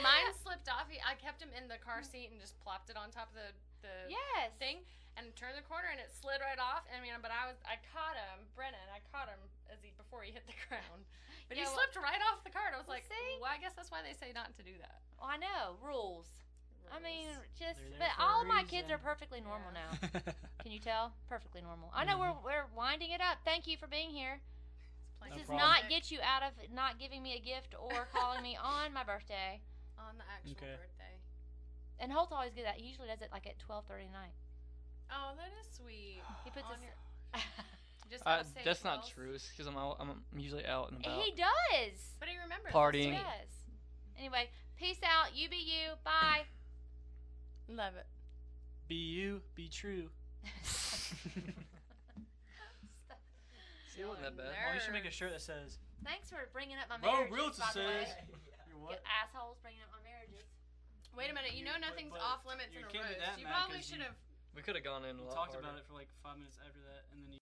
[SPEAKER 2] Mine slipped off. He- I kept him in the car seat and just plopped it on top of the the
[SPEAKER 1] yes.
[SPEAKER 2] thing and turned the corner and it slid right off. I mean, but I was I caught him, Brennan. I caught him as he before he hit the ground. But
[SPEAKER 1] Yeah,
[SPEAKER 2] he
[SPEAKER 1] well-
[SPEAKER 2] slipped right off the cart. I was
[SPEAKER 1] Well,
[SPEAKER 2] like,
[SPEAKER 1] see?
[SPEAKER 2] well, I guess that's why they say not to do that.
[SPEAKER 1] Oh, I know rules. I mean, just
[SPEAKER 3] They're there
[SPEAKER 1] but
[SPEAKER 3] for a
[SPEAKER 1] all my kids are
[SPEAKER 3] reason.
[SPEAKER 1] perfectly normal
[SPEAKER 2] Yeah.
[SPEAKER 1] now. Can you tell? Perfectly normal. I know we're we're winding it up. Thank you for being here. This
[SPEAKER 3] Mm-hmm. No
[SPEAKER 1] does
[SPEAKER 3] problem.
[SPEAKER 1] not get you out of not giving me a gift or calling me on my birthday.
[SPEAKER 2] on the actual
[SPEAKER 3] Okay.
[SPEAKER 2] birthday.
[SPEAKER 1] And Holt always does that. He usually does it like at twelve thirty at night.
[SPEAKER 2] Oh, that is sweet.
[SPEAKER 1] He puts
[SPEAKER 2] On
[SPEAKER 1] his.
[SPEAKER 2] your- Just
[SPEAKER 3] Uh,
[SPEAKER 4] I,
[SPEAKER 2] outside
[SPEAKER 4] that's
[SPEAKER 2] of
[SPEAKER 4] not
[SPEAKER 2] Wells.
[SPEAKER 4] true. Because I'm, out- I'm usually out and about.
[SPEAKER 1] he does.
[SPEAKER 2] But he remembers.
[SPEAKER 1] He
[SPEAKER 4] Partying.
[SPEAKER 1] does. Anyway, peace out. You be you. Bye.
[SPEAKER 2] Love it.
[SPEAKER 3] Be you, be true.
[SPEAKER 4] See, it wasn't that bad.
[SPEAKER 3] Well, we should make a shirt that says,
[SPEAKER 1] Thanks for bringing up my
[SPEAKER 3] Bro,
[SPEAKER 1] marriages.
[SPEAKER 3] Realtor
[SPEAKER 1] by the way.
[SPEAKER 3] says-
[SPEAKER 1] You
[SPEAKER 3] "You what?
[SPEAKER 1] assholes bringing up my marriages.
[SPEAKER 2] Wait a minute. You
[SPEAKER 3] You-
[SPEAKER 2] know
[SPEAKER 3] but-
[SPEAKER 2] nothing's
[SPEAKER 3] but
[SPEAKER 2] off limits
[SPEAKER 3] you
[SPEAKER 2] in a
[SPEAKER 3] can't be
[SPEAKER 2] roast.
[SPEAKER 3] that
[SPEAKER 2] You
[SPEAKER 3] mad
[SPEAKER 2] probably
[SPEAKER 3] 'cause
[SPEAKER 2] should
[SPEAKER 3] you-
[SPEAKER 2] have
[SPEAKER 4] We could have gone in a
[SPEAKER 3] We
[SPEAKER 4] lot
[SPEAKER 3] talked
[SPEAKER 4] harder.
[SPEAKER 3] about it for like five minutes after that, and then